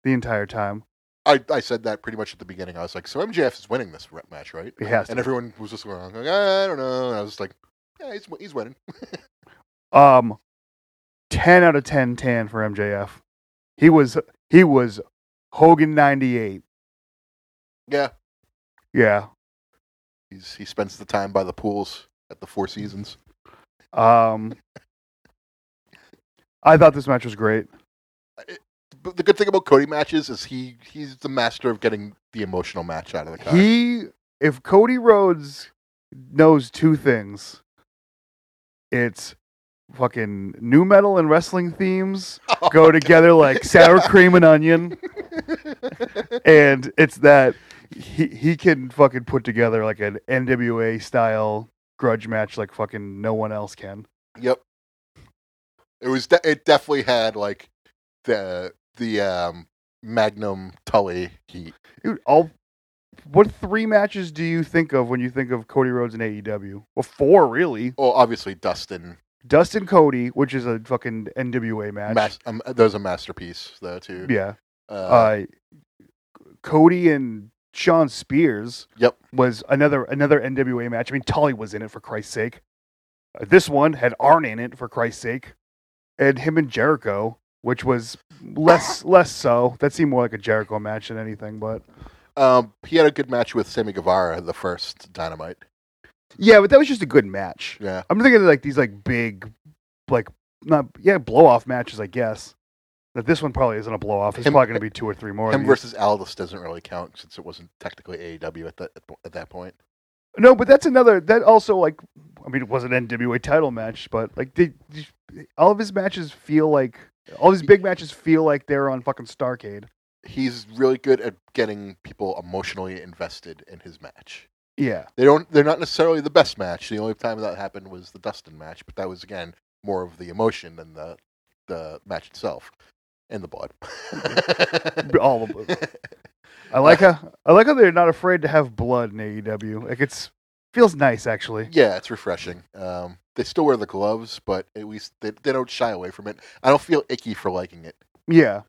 Speaker 2: the entire time.
Speaker 1: I, I said that pretty much at the beginning. I was like, so MJF is winning this re- match, right?
Speaker 2: He has
Speaker 1: And everyone was just going, like, I don't know. And I was just like, yeah, he's he's winning.
Speaker 2: to. um 10 out of 10 tan for MJF. He was he was Hogan 98.
Speaker 1: Yeah,
Speaker 2: Yeah.
Speaker 1: he's he spends the time by the pools at the Four Seasons.
Speaker 2: Um I thought this match was great.
Speaker 1: But the good thing about Cody matches is he he's the master of getting the emotional match out of the card.
Speaker 2: He if Cody Rhodes knows two things, it's fucking new metal and wrestling themes go together like sour cream and onion. and it's that he he can fucking put together like an NWA style grudge match like fucking no one else can.
Speaker 1: Yep. It was. De- it definitely had like the the um, Magnum Tully heat.
Speaker 2: Dude, all what three matches do you think of when you think of Cody Rhodes and AEW? Well, four really.
Speaker 1: Well, obviously Dustin.
Speaker 2: Dustin Cody, which is a fucking NWA match.
Speaker 1: Mas- um, there's a masterpiece though too.
Speaker 2: Yeah. Uh,
Speaker 1: Uh,
Speaker 2: Cody and Sean Spears.
Speaker 1: Yep.
Speaker 2: Was another another NWA match. I mean, Tully was in it for Christ's sake. Uh, This one had Arn in it for Christ's sake, and him and Jericho, which was less less so. That seemed more like a Jericho match than anything. But
Speaker 1: um, he had a good match with Sammy Guevara the first Dynamite.
Speaker 2: yeah, but that was just a good match.
Speaker 1: Yeah.
Speaker 2: I'm thinking of like these like big, like not yeah blow off matches, I guess. That this one probably isn't a blow off. It's
Speaker 1: Him-
Speaker 2: probably going to be two or three more. of
Speaker 1: Him
Speaker 2: these.
Speaker 1: versus Aldous doesn't really count since it wasn't technically AEW at that at that point.
Speaker 2: No, but that's another. That also like, I mean, it was an NWA title match, but like, they, all of his matches feel like all these big matches feel like they're on fucking Starcade.
Speaker 1: He's really good at getting people emotionally invested in his match.
Speaker 2: Yeah,
Speaker 1: They don't. They're not necessarily the best match. The only time that happened was the Dustin match, but that was again more of the emotion than the the match itself and the blood.
Speaker 2: All of it. I like how I like how they're not afraid to have blood in AEW. Like it's feels nice actually.
Speaker 1: yeah, it's refreshing. Um, they still wear the gloves, but at least they, they don't shy away from it. I don't feel icky for liking it,
Speaker 2: Yeah.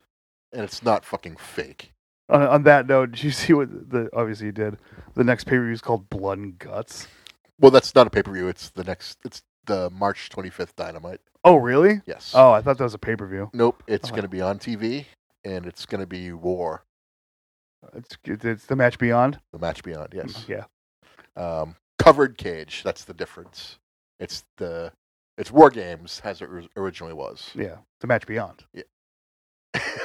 Speaker 1: and it's not fucking fake.
Speaker 2: On, on that note, did you see what the obviously you did? The next pay per view is called Blood and Guts.
Speaker 1: Well, that's not a pay per view. It's the next. It's the March twenty fifth Dynamite.
Speaker 2: Oh really?
Speaker 1: Yes.
Speaker 2: Oh, I thought that was a pay per view.
Speaker 1: Nope. It's
Speaker 2: Oh.
Speaker 1: going to be on TV, and it's going to be War,
Speaker 2: It's it's the match beyond.
Speaker 1: the match beyond. Yes.
Speaker 2: Yeah.
Speaker 1: Um, covered cage. That's the difference. It's the it's War Games as it ri- originally was.
Speaker 2: Yeah. The match beyond.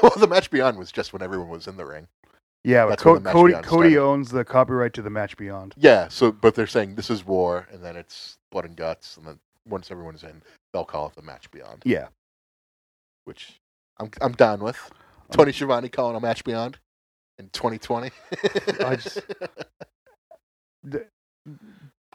Speaker 1: well, the match beyond was just when everyone was in the ring.
Speaker 2: Yeah, but
Speaker 1: That's when the
Speaker 2: Co-
Speaker 1: match
Speaker 2: Cody
Speaker 1: beyond
Speaker 2: Cody
Speaker 1: started.
Speaker 2: owns the copyright to the match beyond.
Speaker 1: Yeah. So, but they're saying this is War, and then it's Blood and Guts, and then once everyone's in, they'll call it the match beyond,
Speaker 2: Yeah.
Speaker 1: which I'm I'm down with.
Speaker 2: Um,
Speaker 1: Tony Schiavone calling a match beyond in 2020.
Speaker 2: I just-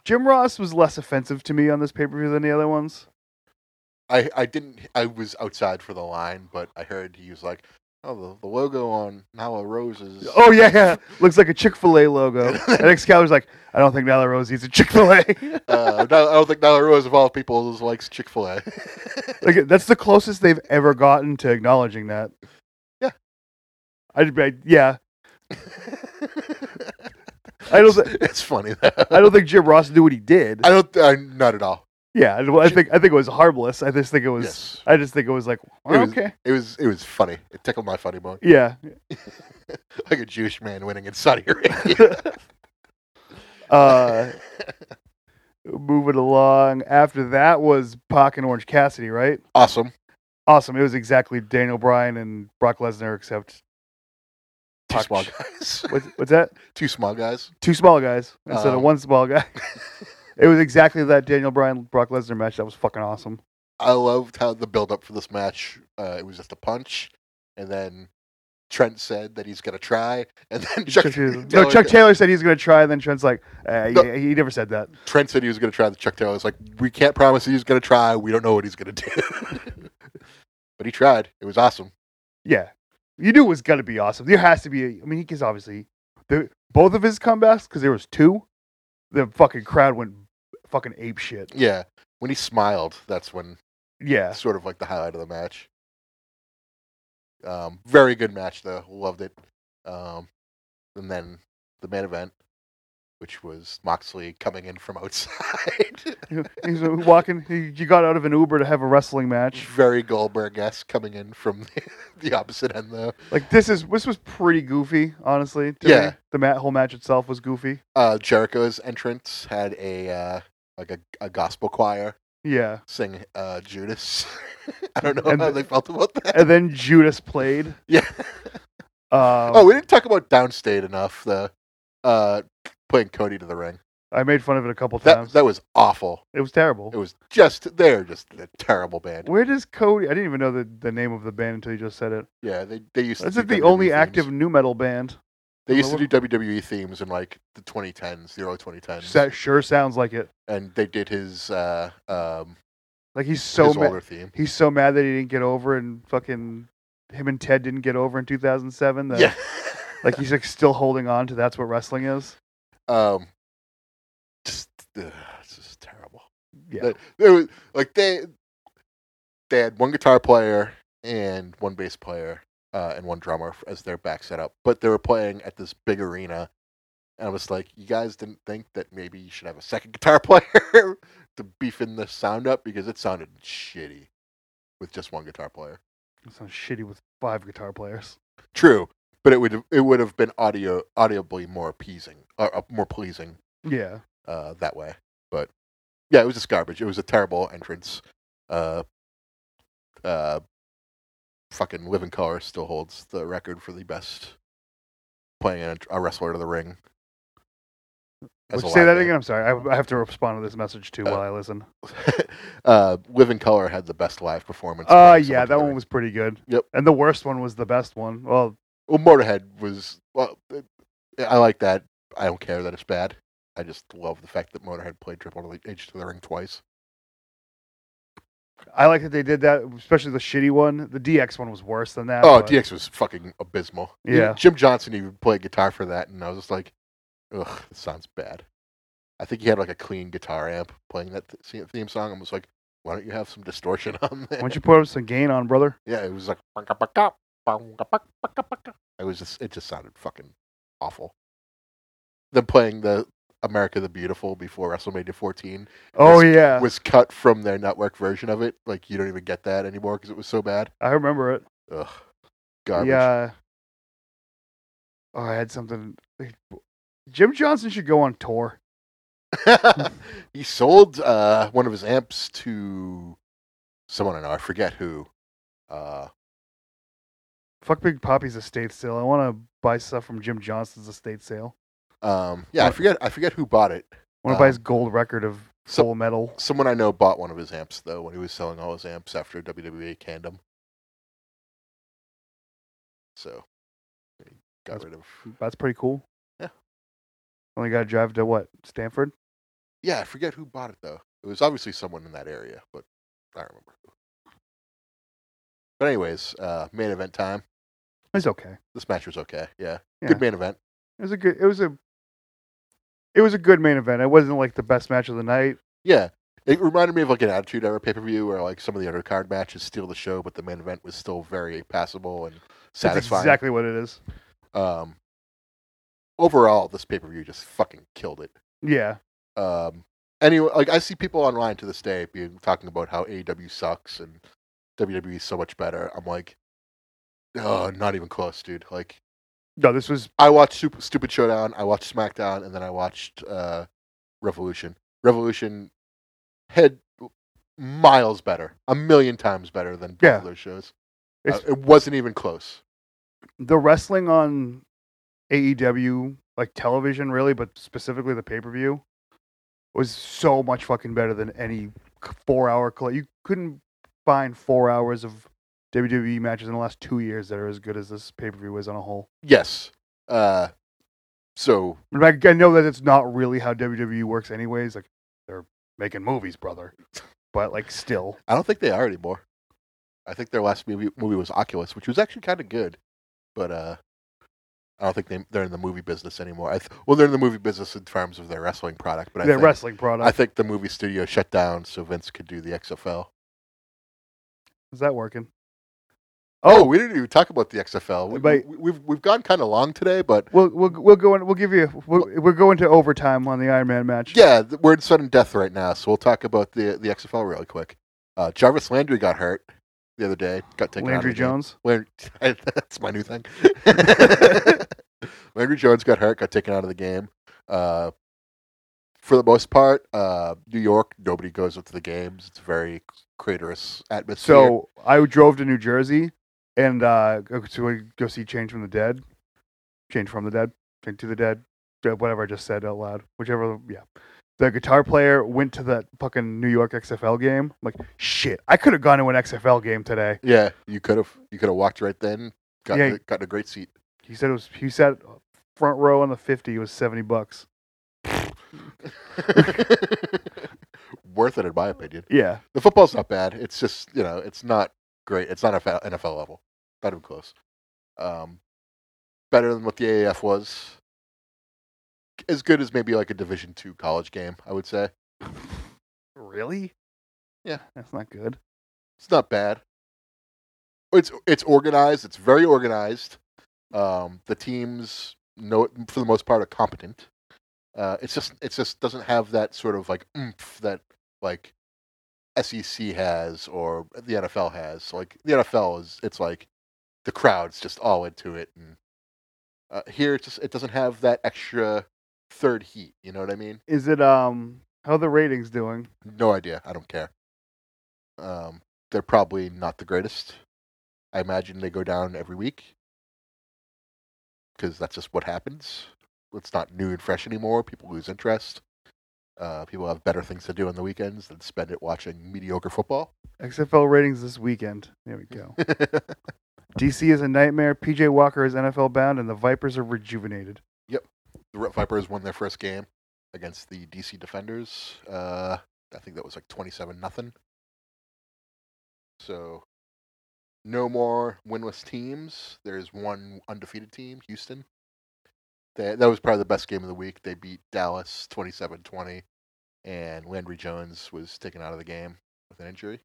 Speaker 2: Jim Ross was less offensive to me on this pay per view than the other ones.
Speaker 1: I, I didn't I was outside for the line, but I heard he was like, "Oh, the, the logo on Nala Roses."
Speaker 2: Oh yeah, yeah. Looks like a Chick Fil A logo. and Excalibur's like, I don't think Nyla Rose eats a Chick Fil A.
Speaker 1: uh, no, I don't think Nala Rose of all people is likes Chick Fil A.
Speaker 2: like that's the closest they've ever gotten to acknowledging that.
Speaker 1: Yeah.
Speaker 2: I'd be yeah. I don't thi-
Speaker 1: It's funny though.
Speaker 2: I don't think Jim Ross knew what he did.
Speaker 1: I don't. I, not at all.
Speaker 2: yeah, I don't- I think I think it was harmless. I just think it was.
Speaker 1: yes,
Speaker 2: I just think it was like
Speaker 1: It was-
Speaker 2: okay,
Speaker 1: it was. It was funny. It tickled my funny bone,
Speaker 2: yeah.
Speaker 1: like a Jewish man winning in Saudi Arabia.
Speaker 2: Uh, moving along. After that was Pac and Orange Cassidy, right?
Speaker 1: awesome.
Speaker 2: Awesome. It was exactly Daniel Bryan and Brock Lesnar, except
Speaker 1: Two
Speaker 2: Puck.
Speaker 1: small guys.
Speaker 2: what's, what's that?
Speaker 1: Two small guys.
Speaker 2: two small guys instead
Speaker 1: Um,
Speaker 2: of one small guy. it was exactly that Daniel Bryan Brock Lesnar match. That was fucking awesome.
Speaker 1: I loved how the build up for this match. Uh, it was just a punch, and then Trent said that he's gonna try, and then Chuck,
Speaker 2: Taylor,
Speaker 1: Taylor-
Speaker 2: no, Chuck Taylor said he's gonna try, and then Trent's like, uh,
Speaker 1: No.
Speaker 2: yeah, he never said that.
Speaker 1: Trent said he was gonna try. The Chuck Taylor was like, "We can't promise he's gonna try. We don't know what he's gonna do." but he tried. It was awesome.
Speaker 2: Yeah, you knew it was gonna be awesome. There has to be. A, I mean, because obviously, the, both of his comebacks, because there was two, the fucking crowd went fucking ape shit.
Speaker 1: Yeah, when he smiled, that's when
Speaker 2: Yeah,
Speaker 1: sort of like the highlight of the match. Um, very good match though. Loved it. Um, and then the main event, which was Moxley coming in from outside.
Speaker 2: he's walking. He, you got out of an Uber to have a wrestling match.
Speaker 1: very Goldberg esque coming in from the, the opposite end, though.
Speaker 2: Like this is this was pretty goofy, honestly. to me.
Speaker 1: Yeah.
Speaker 2: the mat, whole match itself was goofy.
Speaker 1: Uh, Jericho's entrance had a uh, like a, a gospel choir
Speaker 2: Yeah.
Speaker 1: sing uh, Judas. I don't know
Speaker 2: And
Speaker 1: how
Speaker 2: the-
Speaker 1: they felt about that.
Speaker 2: and then Judas played.
Speaker 1: Yeah.
Speaker 2: Um,
Speaker 1: Oh, we didn't talk about downstate enough. The uh, putting Cody to the ring
Speaker 2: I made fun of it a couple
Speaker 1: that
Speaker 2: times.
Speaker 1: that was awful.
Speaker 2: it was terrible.
Speaker 1: It was just they're just a terrible band.
Speaker 2: Where does Cody? I didn't even know the, the name of the band until you just said it.
Speaker 1: Yeah, they they used.
Speaker 2: That's
Speaker 1: to
Speaker 2: like
Speaker 1: do
Speaker 2: the
Speaker 1: WWE
Speaker 2: only
Speaker 1: themes.
Speaker 2: active new metal band.
Speaker 1: They used to do WWE themes in like the 2010s, the early 2010s,
Speaker 2: That sure sounds like it.
Speaker 1: and they did his uh, um,
Speaker 2: Like he's so
Speaker 1: his
Speaker 2: mad.
Speaker 1: older theme.
Speaker 2: He's so mad that he didn't get over, and fucking him and Ted didn't get over in 2007. That,
Speaker 1: Yeah.
Speaker 2: Like he's like still holding on to that's what wrestling is.
Speaker 1: Um, just, ugh, it's just terrible.
Speaker 2: Yeah.
Speaker 1: But there was like they they had one guitar player and one bass player uh, and one drummer f- as their back setup, but they were playing at this big arena. And I was like, you guys didn't think that maybe you should have a second guitar player to beefen the sound up because it sounded shitty with just one guitar player.
Speaker 2: That sounds shitty with five guitar players.
Speaker 1: True, but it would it would have been audio audibly more appeasing or uh, more pleasing
Speaker 2: Yeah.
Speaker 1: uh, that way. But yeah, it was just garbage. It was a terrible entrance. Uh, uh, fucking Living Color still holds the record for the best playing a, a wrestler to the ring. as
Speaker 2: Would you
Speaker 1: a
Speaker 2: say
Speaker 1: live
Speaker 2: that
Speaker 1: band.
Speaker 2: again. I'm sorry. I, I have to respond to this message too
Speaker 1: Uh,
Speaker 2: while I listen.
Speaker 1: uh, Living Color had the best live performance.
Speaker 2: Uh
Speaker 1: playing someone
Speaker 2: yeah,
Speaker 1: to the
Speaker 2: that one
Speaker 1: ring.
Speaker 2: was pretty good.
Speaker 1: Yep.
Speaker 2: And the worst one was the best one. Well,
Speaker 1: Well, Motorhead was. Well, it- I like that. I don't care that it's bad. I just love the fact that Motorhead played Triple H to the ring twice.
Speaker 2: I like that they did that, especially the shitty one. The DX one was worse than that.
Speaker 1: Oh,
Speaker 2: but-
Speaker 1: DX was fucking abysmal. Even
Speaker 2: Yeah.
Speaker 1: Jim Johnson even played guitar for that, and I was just like, ugh, this sounds bad. I think he had like a clean guitar amp playing that th- theme song. I was like, why don't you have some distortion on
Speaker 2: Why
Speaker 1: there?
Speaker 2: don't you put up some gain on, brother?
Speaker 1: Yeah, it was like, it was just, it just sounded fucking awful. Them playing the America the Beautiful before WrestleMania 14
Speaker 2: Oh
Speaker 1: Was-
Speaker 2: yeah,
Speaker 1: was cut from their network version of it. Like you don't even get that anymore because it was so bad.
Speaker 2: I remember it.
Speaker 1: Ugh, garbage.
Speaker 2: Yeah. Oh, I had something. Jim Johnson should go on tour.
Speaker 1: he sold uh, one of his amps to someone I know. I forget who. Uh,
Speaker 2: Fuck Big Poppy's estate sale. I want to buy stuff from Jim Johnson's estate sale.
Speaker 1: um, yeah, I forget. I forget who bought it.
Speaker 2: I want to
Speaker 1: Um,
Speaker 2: buy his gold record of
Speaker 1: so-
Speaker 2: Soul Metal.
Speaker 1: Someone I know bought one of his amps though when he was selling all his amps after WWE canned him. So he got
Speaker 2: That's-
Speaker 1: rid of.
Speaker 2: That's pretty cool.
Speaker 1: Yeah.
Speaker 2: Only got to drive to what Stanford.
Speaker 1: Yeah, I forget who bought it though. It was obviously someone in that area, but I don't remember who. But anyways, uh, main event time.
Speaker 2: It's okay.
Speaker 1: This match was okay. Yeah,
Speaker 2: Yeah.
Speaker 1: good main event.
Speaker 2: It was a good. It was a. It was a good main event. It wasn't like the best match of the night.
Speaker 1: Yeah, it reminded me of like an Attitude Era pay per view where like some of the undercard matches steal the show, but the main event was still very passable and satisfying.
Speaker 2: That's exactly what it is.
Speaker 1: Um, overall, this pay per view just fucking killed it.
Speaker 2: Yeah.
Speaker 1: um anyway like i see people online to this day being talking about how AEW sucks and WWE is so much better i'm like oh not even close dude like
Speaker 2: No, this was
Speaker 1: i watched Sup- stupid showdown i watched smackdown and then i watched uh revolution revolution had miles better a million times better than both
Speaker 2: Yeah.
Speaker 1: of those shows Uh,
Speaker 2: It's-
Speaker 1: it wasn't even close
Speaker 2: the wrestling on AEW, like television, really, but specifically the pay per view, was so much fucking better than any four hour. Coll- you couldn't find four hours of WWE matches in the last two years that are as good as this pay per view is on a whole.
Speaker 1: yes uh so
Speaker 2: In fact, I know that it's not really how WWE works, anyways. Like they're making movies, brother, but like still,
Speaker 1: I don't think they are anymore. I think their last movie movie was Oculus, which was actually kind of good, but uh, I don't think they they're in the movie business anymore. I th- well, they're in the movie business in terms of their wrestling product, but I
Speaker 2: they're
Speaker 1: think,
Speaker 2: wrestling product.
Speaker 1: I think the movie studio shut down so Vince could do the XFL.
Speaker 2: is that working?
Speaker 1: Oh, we didn't even talk about the XFL. We,
Speaker 2: But-
Speaker 1: we, we've we've gone kind of long today, but
Speaker 2: We'll we'll we'll go in. We'll give you. We'll, we're going to overtime on the Iron Man match.
Speaker 1: yeah, th- we're in sudden death right now, so we'll talk about the the XFL really quick. Uh, Jarvis Landry got hurt the other day. Got taken out
Speaker 2: Landry
Speaker 1: of the game.
Speaker 2: Jones.
Speaker 1: Larry, that's my new thing. Landry Jones got hurt, got taken out of the game. Uh, for the most part, uh, New York, nobody goes up to the games. It's a very craterous atmosphere.
Speaker 2: So I drove to New Jersey and uh, go- to go see Change from the Dead, Change from the Dead, Change to the Dead, uh, whatever I just said out loud, whichever. Yeah, the guitar player went to that fucking New York XFL game. I'm like, shit, I could have gone to an XFL game today.
Speaker 1: yeah, you could have you could have walked right then, gotten,
Speaker 2: Yeah.
Speaker 1: a, gotten a great seat.
Speaker 2: He said it was. He said front row on the fifty was seventy bucks.
Speaker 1: Worth it, in my opinion.
Speaker 2: Yeah,
Speaker 1: The football's not bad. It's just you know, it's not great. It's not NFL, NFL level. Not even close. Um, better than what the AAF was. As good as maybe like a Division two college game, I would say.
Speaker 2: really?
Speaker 1: Yeah.
Speaker 2: that's not good.
Speaker 1: It's not bad. It's it's organized. It's very organized. Um, the teams know for the most part are competent. Uh, it's just it's just doesn't have that sort of like oomph that like SEC has or the NFL has. So, like the NFL is it's like the crowd's just all into it, and uh, here it just it doesn't have that extra third heat. You know what I mean?
Speaker 2: Is it um? How are the ratings doing?
Speaker 1: No idea. I don't care. Um, they're probably not the greatest. I imagine they go down every week because that's just what happens. It's not new and fresh anymore. People lose interest. Uh, people have better things to do on the weekends than spend it watching mediocre football.
Speaker 2: XFL ratings this weekend. There we go. DC is a nightmare. PJ Walker is NFL bound, and the Vipers are rejuvenated.
Speaker 1: the Red Vipers won their first game against the DC Defenders. Uh, I think that was like twenty-seven nothing. So no more winless teams. There's one undefeated team, Houston. That that was probably the best game of the week. They beat Dallas 27-20 and Landry Jones was taken out of the game with an injury.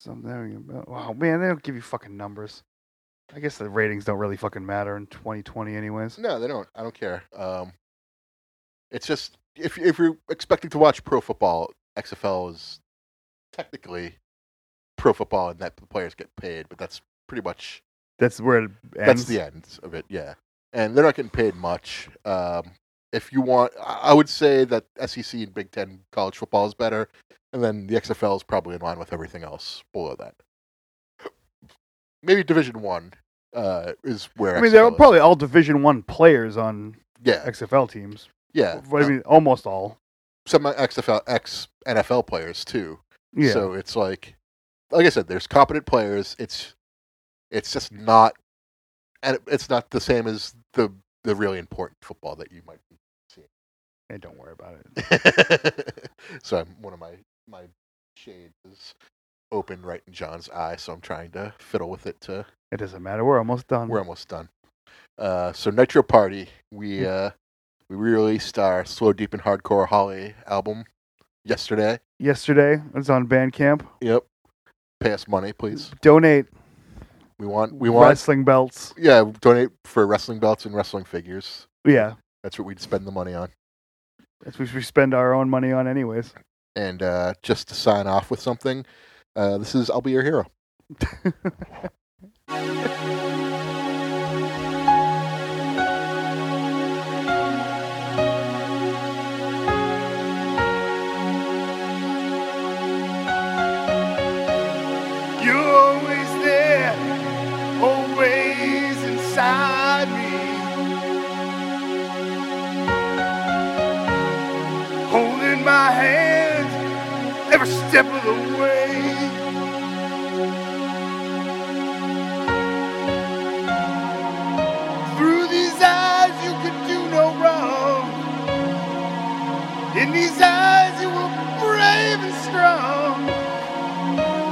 Speaker 2: Something about wow, man, they don't give you fucking numbers. I guess the ratings don't really fucking matter in 2020, anyways.
Speaker 1: No, they don't. I don't care. Um, it's just if if you're expecting to watch pro football, XFL is technically pro football, and that the players get paid, but that's pretty much
Speaker 2: That's where it
Speaker 1: that's
Speaker 2: ends.
Speaker 1: the end of it. Yeah, and they're not getting paid much. Um, if you want, I I would say that SEC and Big Ten college football is better, and then the XFL is probably in line with everything else below that. Maybe Division One uh, is where
Speaker 2: I mean, they're
Speaker 1: XFL is.
Speaker 2: probably all Division One players on
Speaker 1: yeah,
Speaker 2: XFL teams.
Speaker 1: yeah.
Speaker 2: Well, I mean, almost all.
Speaker 1: some XFL, ex NFL players too.
Speaker 2: Yeah.
Speaker 1: So it's like, like I said, there's competent players. It's, it's just not, and it- it's not the same as the the really important football that you might.
Speaker 2: Hey, don't worry about it.
Speaker 1: so I'm one of my my shades is open right in John's eye, so I'm trying to fiddle with it to
Speaker 2: It doesn't matter. We're almost done.
Speaker 1: we're almost done. Uh, so Nitro Party, we uh, we released our slow, deep, and hardcore Holly album yesterday.
Speaker 2: Yesterday, it's on Bandcamp.
Speaker 1: Yep. Pay us money, please.
Speaker 2: Donate
Speaker 1: We want we want
Speaker 2: wrestling belts.
Speaker 1: yeah, donate for wrestling belts and wrestling figures.
Speaker 2: Yeah,
Speaker 1: That's what we'd spend the money on.
Speaker 2: that's what we spend our own money on, anyways.
Speaker 1: And uh, just to sign off with something, uh, this is I'll be your hero.
Speaker 2: You're always there, always inside me. Holding my hand every step of the way. Through these eyes, you could do no wrong. In these eyes, you were brave and strong.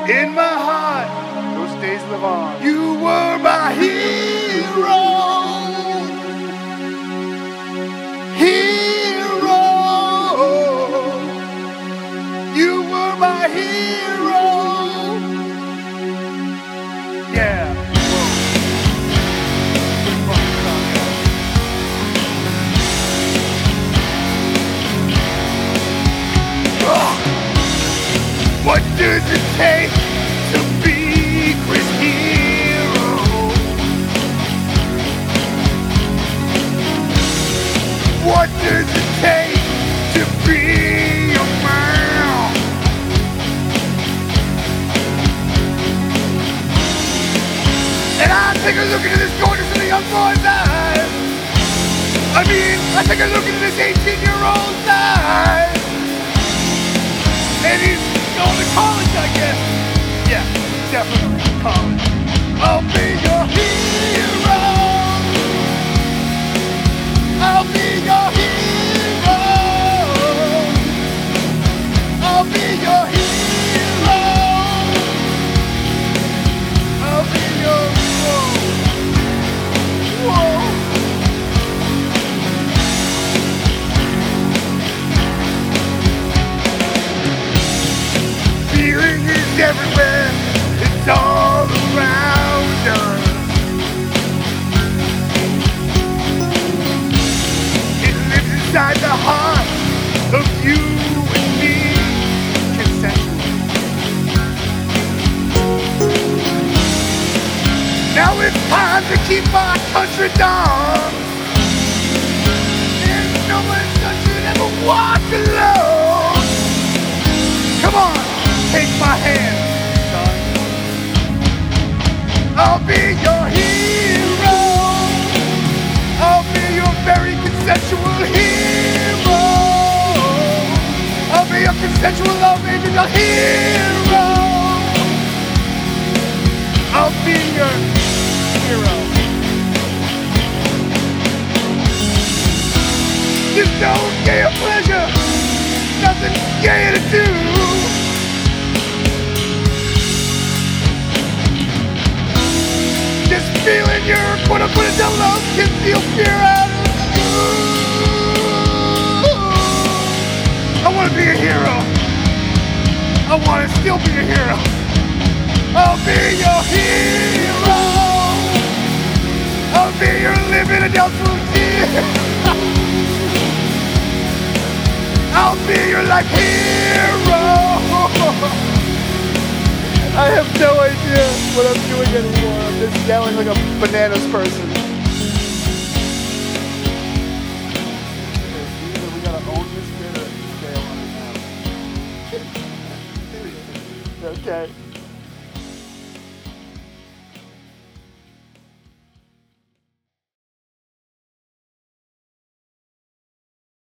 Speaker 2: In my heart, those days live on. You were my hero. Hero. You were my hero. Yeah. What does it take to be Chris Hero? What does it take to be a man? And I take a look into this gorgeous and young boy's eyes. I mean, I take a look into this 18-year-old's eyes. And he's going to college, I guess. Yeah, definitely college. I'll be your hero. I'll be your hero. I'll be your hero. I'll be your whoa. Whoa. Feeling is everywhere, it's all around us. It lives inside the heart of you and me. Consensual. Now it's time to keep our country down. There's no one country that ever walk alone. Come on, take my hand, son. I'll be your hero. I'll be your very consensual hero. I'll be your consensual love angel hero. I'll be your hero. There's no gayer pleasure nothing gayer to do love can feel fear out of you. I want to be a hero. I want to still be a hero. I'll be your hero. I'll be your living adult routine. I'll be your life hero. I have no idea what I'm doing anymore. I'm just yelling like a bananas person. Okay.